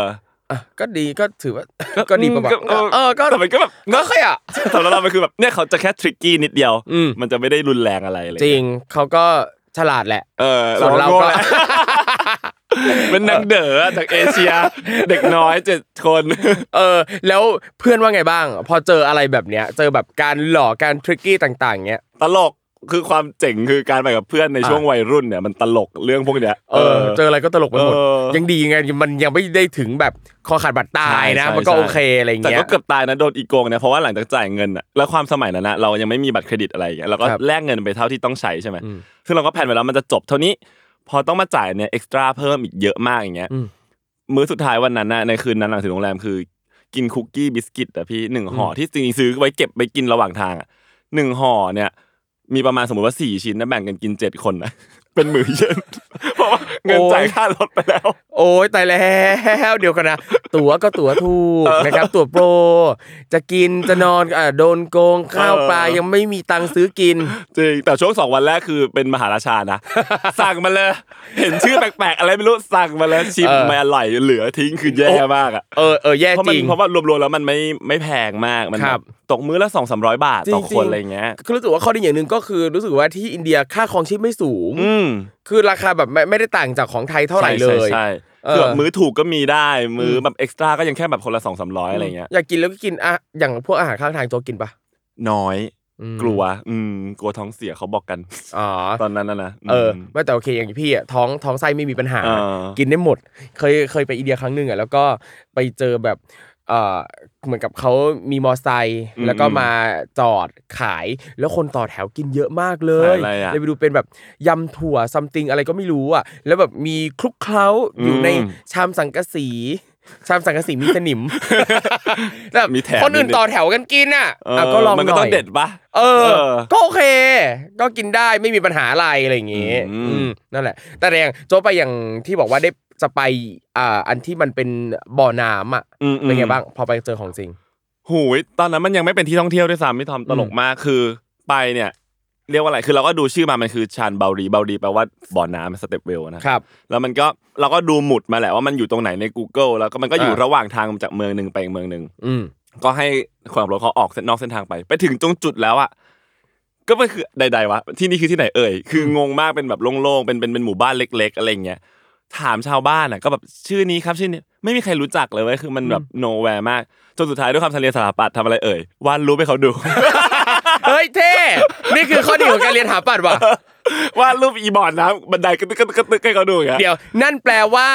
Speaker 2: อ่ะก็ดีก็ถือว่า ก็ดีประมาณ
Speaker 3: เออ
Speaker 2: เออ ก็
Speaker 3: แต่มันก็แบบ
Speaker 2: ก็ค่อยอ่ะ
Speaker 3: สำหรับเรามันคือแบบเนี่ยเขาจะแค่ทริกกี้นิดเดียว
Speaker 2: อืม
Speaker 3: มันจะไม่ได้รุนแรงอะไรเลย
Speaker 2: จริงเขาก็ฉลาดแหละ
Speaker 3: เออ
Speaker 2: ส่วนเรา
Speaker 3: โง่
Speaker 2: ก็
Speaker 3: แหละ เป็นนางเด๋อจากเอเชีย เด็กน้อยเจ็ดคน
Speaker 2: เออแล้วเพื่อนว่าไงบ้าง พอเจออะไรแบบเนี้ย เจอแบบการหลอกการทริกกี้ต่าง ๆเนี้ย
Speaker 3: ตลก คือความเจ๋งคือการไปกับเพื่อนในช่วงวัยรุ่นเนี่ยมันตลกเรื่องพวกเนี้ย
Speaker 2: เออเจออะไรก็ตลกไปหมด
Speaker 3: เออ
Speaker 2: ยังดีไงมันยังไม่ได้ถึงแบบคอขาดบาดตายนะ
Speaker 3: ใช่
Speaker 2: มันก็
Speaker 3: ใช่
Speaker 2: โอเคอะไรอย่าง
Speaker 3: แต่
Speaker 2: เงี้ย
Speaker 3: ก็เกือบตายนะโดนอีกโกงเนี่ยเพราะว่าหลังจากจ่ายเงินอะแล้วความสมัยนั้นนะเรายังไม่มีบัตรเครดิตอะไรอย่างเงี้ยเราก็
Speaker 2: ครับ
Speaker 3: แลกเงินไปเท่าที่ต้องใช้ใช่ไหม
Speaker 2: อืม
Speaker 3: ซึ่งเราก็แผนไว้แล้วมันจะจบเท่านี้ พอต้องมาจ่ายเนี่ยเอ็กซ์ตร้าเพิ่มอีกเยอะมากอย่างเงี้ย
Speaker 2: อืม
Speaker 3: มื้อสุดท้ายวันนั้นน่ะในคืนนั้นหลังถึงโรงแรมคือ กินคุกกี้บิสกิตอะพี่หนึ่งห่ออที่จริงๆซื้อไว้เก็บไปกินระหว่างทางอะหนึ่งห่อเนี่ย มีประมาณสมมติว่าสี่ชิ้นนะแบ่งกันกินเจ็ดคนนะ เป็นมื้อเย็น เพราะว่าเงิน
Speaker 2: โอ้ย
Speaker 3: จ่ายค่ารถไปแล้ว
Speaker 2: โอ้ยตายแล้ว เดี๋ยวกันนะ ตั๋วก็ตั๋วถูกนะครับ ตั๋วโปร จะกินจะนอนอ่าโดนโกงข้าวปลายังไม่มีตังค์ซื้อกิน
Speaker 3: จริงแต่ช่วงสองวันแรกคือเป็นมหาราชา นะ สั่งมาเลยเห็นชื่อแปลกๆ อะไรไม่รู้สั่งมาแล้วชิม
Speaker 2: เออ
Speaker 3: ไม่อร่อยเหลือทิ้งคือแย่มากอ่ะ
Speaker 2: เออเออแย่
Speaker 3: เพราะ
Speaker 2: จ
Speaker 3: มัน
Speaker 2: ริง
Speaker 3: เพราะว่ารวมๆแล้วมันไม่ไม่แพงมากมัน
Speaker 2: ครับ
Speaker 3: แบบตกมื้อละสองสามร้อยบาทต่อ
Speaker 2: จริงๆ
Speaker 3: คนอะไรอย่างเงี้ย
Speaker 2: ก็รู้สึกว่าข้อดีอย่างหนึ่งก็คือรู้สึกว่าที่อินเดียค่าครองชีพไม่สูง
Speaker 3: อืม
Speaker 2: คือราคาแบบไม่ไม่ได้ต่างจากของไทยเท่าไหร่เล
Speaker 3: ใช่
Speaker 2: ย
Speaker 3: ใช่ใช่
Speaker 2: เออ
Speaker 3: คือแบบมื้อถูกก็มีได้ มื้อแบบเอ็กซ์ตร้าก็ยังแค่แบบคนละสองสามร้อยอะไรอย่างเงี้ย
Speaker 2: อยากกินแล้วก็กินอะอย่างพวกอาหารข้างทางโจกกินปะ
Speaker 3: น้อย
Speaker 2: อืม
Speaker 3: กลัว อืมกลัวท้องเสียเขาบอกกัน
Speaker 2: อ๋อ
Speaker 3: ตอนนั้นน่ะนะ
Speaker 2: เออ
Speaker 3: ม
Speaker 2: ไม่แต่โอเคอย่างพี่อ่ะท้องท้องไส้ไม่มีปัญหา
Speaker 3: เออ
Speaker 2: กินได้หมด เคยเคยไปอินเดียครั้งหนึ่งอ่ะแล้วก็ไปเจอแบบเออเหมือนกับเขามีมอไซค์
Speaker 3: อืม
Speaker 2: แล้วก็มาจอดขาย แล้วคนต่อแถวกินเยอะมากเล
Speaker 3: ขาย ยอะไรอ่ะ
Speaker 2: เลยไปดูเป็นแบบยำถั่วซัมติงอะไรก็ไม่รู้อ่ะ แล้วแบบมีคลุกเคล้าอยู่
Speaker 3: อืม
Speaker 2: ในชามสังกะสี ชามสังกะสีมีส นิม แบบ
Speaker 3: มีแถม
Speaker 2: คนอื่น
Speaker 3: นิดๆ
Speaker 2: ต่อแถวกันกินอ่ะ
Speaker 3: เออ
Speaker 2: อ่ะก็ลองหน่อย
Speaker 3: มันก็ต้องเด็ดปะ
Speaker 2: เออ
Speaker 3: เออ
Speaker 2: ก็โอเค ก็กินได้ไม่มีปัญหาอะไรอะไรอย่างงี้
Speaker 3: อืม
Speaker 2: อืมนั่นแหละ แต่แรงโจกไปอย่างที่บอกว่าได้จะไปอ่าอันที่มันเป็นบ่อน้ำอ่ะ
Speaker 3: อืมอืม
Speaker 2: เป็นไงบ้าง พอไปเจอของจริง
Speaker 3: หูยตอนนั้นมันยังไม่เป็นที่ท่องเที่ยวด้วยซ้ำพี่ทอมตลกมากคือไปเนี่ย เรียกว่าอะไรคือเราก็ดูชื่อมามันคือชานเบารีเบารีแปลว่าบ่อน้ำสเตปเวลนะแล้วมันก็เราก็ดูหมุดมาแหละว่ามันอยู่ตรงไหนใน Google แล้วก็มันก็อยู่
Speaker 2: อ่า
Speaker 3: ระหว่างทางจากเมืองหนึ่งไปอีกเมืองหนึ่ง
Speaker 2: อืม
Speaker 3: ก็ให้ความรถเขาออกเส้นนอกเส้นทางไป ไปถึงตรงจุดแล้วอ่ะก็ไม่คือใด ๆวะที่นี่คือที่ไหนเอ่ยคืองงมากเป็นแบบโล่งๆเป็นเป็นเป็นหมู่บ้านเล็ก ๆ อะไรอย่างเงี้ยถามชาวบ้านอ่ะก็แบบชื่อนี้ครับชื่อนี้ไม่มีใครรู้จักเลยเว้ยคือมันแบบโนแวร์มาก จนสุดท้ายด้วยความทะเลสาปัดทำอะไรเอ่ยวาดรูปให้เขาดู
Speaker 2: เฮ้ยเท่ นี่คือข้อดีของการเรียนหาปัดว่ะ
Speaker 3: วาดรูปอีบอร์ดน้ำบันไดกระตึกกระตึกกระตึกให้เขาดูอย่างเงี้ย
Speaker 2: เดี๋ยว นั่นแปลว่า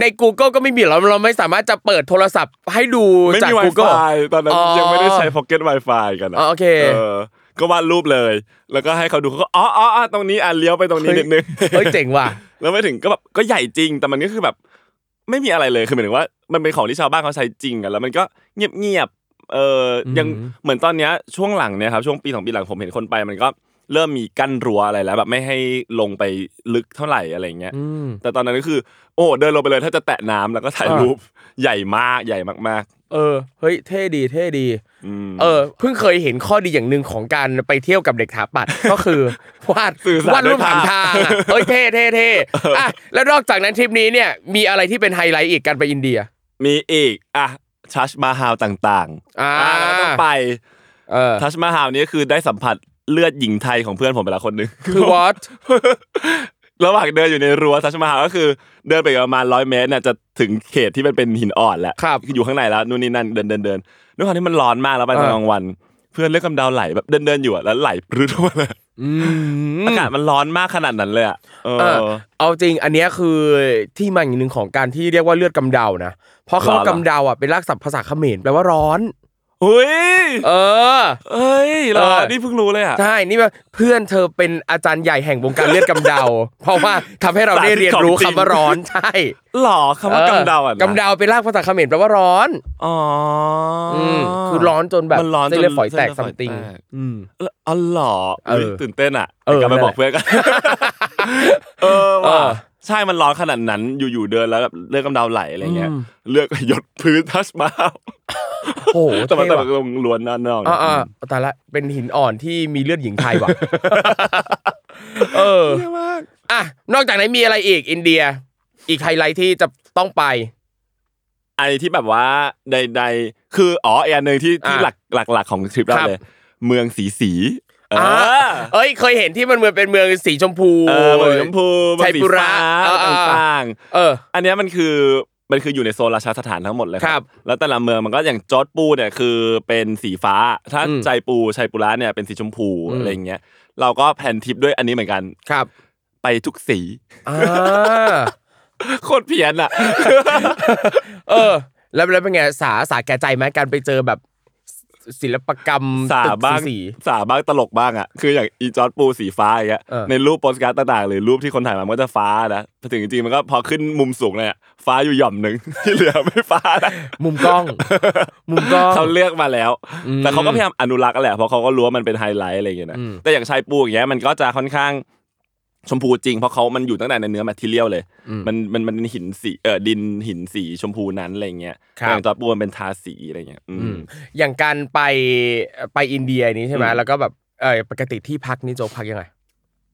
Speaker 2: ใน Google ก็ไม่มีเหรอเราไม่สามารถจะเปิดโทรศัพท์ให้ดู
Speaker 3: ไม่
Speaker 2: จาก
Speaker 3: มี
Speaker 2: Google
Speaker 3: Wi-Fi ตอนนั้น
Speaker 2: อ๋อ
Speaker 3: ยังไม่ได้ใช้ Pocket Wi-Fi กันอะ
Speaker 2: อ๋อโอเค
Speaker 3: อก็วาดรูปเลย แล้วก็ให้เขาดูเขาก็อ๋ออ๋ออ๋อตรงนี้อ่ะเลี้ยวไปตรงนี้นิดนึง
Speaker 2: เฮ้ยเจ๋งว่ะ
Speaker 3: แล้วไม่ถึงก็แบบก็ใหญ่จริง แต่มันก็คือแบบ ไม่มีอะไรเลยคือหมายถึงว่า มันเป็นของที่ชาวบ้านเขาใช้จริงกันแล้วมันก็เงียบเงียบๆเอออ
Speaker 2: ม
Speaker 3: ยังเหมือนตอนเนี้ยช่วงหลังเนี่ยครับช่วงปีสองปีหลังผมเห็นคนไป มันก็เริ่มมีกั้นรั้วอะไรแล้ว แบบไม่ให้ลงไปลึกเท่าไหร่อะไรเงี้ย
Speaker 2: อืม
Speaker 3: แต่ตอนนั้นก็คือ โอ้เดินลงไปเลยถ้าจะแตะน้ำแล้วก็ถ่าย
Speaker 2: อ่ารู
Speaker 3: รูปใหญ่มากใหญ่มาก
Speaker 2: เออ เฮ้ยเท่ดีเท่ดี
Speaker 3: ๆอืม
Speaker 2: เออเพิ่งเคยเห็นข้อดีอย่างหนึ่งของการไปเที่ยวกับเด็กถาปัด ก็คือวาด
Speaker 3: สื่อสาร
Speaker 2: วาดรูป
Speaker 3: ด้วย
Speaker 2: ถา
Speaker 3: ภาพ
Speaker 2: มทางอะเอ้ยเท่เท่เท่อ่ะแล้วนอกจากนั้นทริปนี้เนี่ยมีอะไรที่เป็นไฮไลท์อีกการไปอินเดีย
Speaker 3: มีอีกอ่ะทัชมาฮาวต่างๆ
Speaker 2: อ่า
Speaker 3: ะเราต้องไป
Speaker 2: เออ
Speaker 3: ทัชมาฮาวนี้คือได้สัมผัสเลือดหญิงไทยของเพื่อนผมไปละคนหนึ่ง
Speaker 2: คือ what
Speaker 3: ระหว่างเดินอยู่ในรั้วทัชมาฮาวก็คือ เดินไปประมาณร้อยเมตรน่ะจะถึงเขตที่มันเป็นหินอ่อนแล้ว
Speaker 2: ครับ
Speaker 3: ออยู่ข้างในแล้วนู่นนี่นั่นเดินเดินเดินด้วยความที่มันร้อนมากแล้วไปตอน
Speaker 2: อ่าก
Speaker 3: ลางวัน เพื่อนเลือดกำเดาไหลแบบเดินเดินอยู่อะแล้วไหลปรื้ดออกมาเลยอากาศมันร้อนมากขนาดนั้นเลยอะเออ
Speaker 2: เออ เอาจริงอันเนี้ยคือที่มาอย่างหนึ่งของการที่เรียกว่าเลือดกำเดานะเพราะ
Speaker 3: หรอ
Speaker 2: คำว่ากำเดาอ่ะเป็นรากศัพท์ภาษาเขมรแปลว่าร้อน
Speaker 3: เฮ้ย
Speaker 2: เออ
Speaker 3: เอ้ยเหรอ
Speaker 2: เออ
Speaker 3: นี่เพิ่งรู้เลยอะ
Speaker 2: ใช่นี่ว่าเพื่อนเธอเป็นอาจารย์ใหญ่แห่งวงการเลือดกำเดา เพราะว่าทำให้เราได้เรียนรู้คำว่าร้อนใช่
Speaker 3: หรอคำว่ากำเดาอ่ะนะ
Speaker 2: กำเดาเป็นรากภาษาเขมรแปลว่าร้อน
Speaker 3: อ๋ออื
Speaker 2: มคือร้อนจนแบบ
Speaker 3: มันร้อนจ
Speaker 2: เส้นเลือดฝอยแตก
Speaker 3: เส้
Speaker 2: ซั
Speaker 3: น
Speaker 2: ม
Speaker 3: เลืดฝย
Speaker 2: ติง
Speaker 3: แกอ๋อหรอ
Speaker 2: เออ
Speaker 3: เฮ้ยตื่นเต้นอ่ะ
Speaker 2: เออก
Speaker 3: ลับไป
Speaker 2: นั่นแหละ
Speaker 3: บอกเพื่อนกัน เออ
Speaker 2: เอ
Speaker 3: ว่ะ
Speaker 2: อ
Speaker 3: ใช่มันร้อนขนาดนั้นอยู่ๆเดินแล้วแบบเลือดกำเดาไหลอะไรเงี้ย
Speaker 2: อืม
Speaker 3: เลือดหยดพื้นทัชมา
Speaker 2: โอ้โห
Speaker 3: แต่มัน
Speaker 2: เท่
Speaker 3: แต่
Speaker 2: ว่ะ
Speaker 3: มันลงล้วนนอนนอก
Speaker 2: อ่าอ่าแต่ละเป็นหินอ่อนที่มีเลือดหญิงไทย ว่ะ เออ
Speaker 3: เยอะมาก
Speaker 2: อ่ะนอกจากนั้นมีอะไรอีกอินเดีย อีกไฮไลท์ที่จะต้องไป
Speaker 3: ไอ้ที่แบบว่าใด ๆ คืออ๋อไอ้อันหนึ่งที่ที่ห
Speaker 2: อ่ะ
Speaker 3: ลักหลักๆของทริปเรา
Speaker 2: ครับ
Speaker 3: เลย เมืองสีสีเออ
Speaker 2: อ่ะเอ้ยเคยเห็นที่มันเหมือนเป็นเมืองสีชมพู
Speaker 3: เออเหมือนชมพู
Speaker 2: ชัยปุระ
Speaker 3: เหมือนสีฟ้า
Speaker 2: เออเออ
Speaker 3: ต่าง
Speaker 2: เออ
Speaker 3: ๆ อันเนี้ยมันคือ มันคืออยู่ในโซนราชาสถานทั้งหมดเลย
Speaker 2: ครับ
Speaker 3: แล้วแต่ละเมืองมันก็อย่างจอร์ดปูเนี่ยคือเป็นสีฟ้า ถ้า
Speaker 2: อืม
Speaker 3: ใจปูชัยปุระเนี่ยเป็นสีชมพู
Speaker 2: อืม
Speaker 3: อะไรอย่างเงี้ย เราก็แผนทริปด้วยอันนี้เหมือนกัน
Speaker 2: ครับ
Speaker 3: ไปทุกสี
Speaker 2: อ่า
Speaker 3: โคตรเพี้ยนอ่ะ
Speaker 2: เออ แล้วแล้วเป็นไงสาสาแก่ใจไหมการไปเจอแบบศิลปกรรม
Speaker 3: สา
Speaker 2: ตึก
Speaker 3: บ้าง
Speaker 2: สี
Speaker 3: สาบ้างตลกบ้างอ่ะคืออย่างอีจอร์ดปูสีฟ้าอย่างเงี้ย
Speaker 2: เออ
Speaker 3: ในรูปโปสการ์ดต่างๆหรือรูปที่คนถ่ายมามันก็จะฟ้านะพอถึงจริงๆมันก็พอขึ้นมุมสูงเลยอะฟ้าอยู่หย่อมหนึ่ง ที่เหลือไม่ฟ้าแล้ว
Speaker 2: มุมก ล้อง มุมกล้อง
Speaker 3: เขาเลือกมาแล้ว
Speaker 2: อืม
Speaker 3: แต่เขาก็พยายามอนุรักษ์แหละเพราะเขาก็รู้ว่ามันเป็นไฮไลท์อะไรอย่างเงี้ยนะ
Speaker 2: อืม
Speaker 3: แต่อย่างชายปูอย่างเงี้ยมันก็จะค่อนข้างชมพูจริงเพราะเขามันอยู่ตั้งแต่ในเนื้อแมทเทียลเลย มันมันมันหินสีเออดินหินสีชมพูนั้นอะไรอย่างเงี้ย
Speaker 2: ครั
Speaker 3: แต่
Speaker 2: บ
Speaker 3: อย่างจอร์ดปูมันเป็นทาสีอะไรอย่างเงี้ยอืม
Speaker 2: อืมอย่างการไปไปอินเดียนี้ใช่ไหม
Speaker 3: อืม
Speaker 2: แล้วก็แบบเออปกติที่พักนี่โจกพักยังไง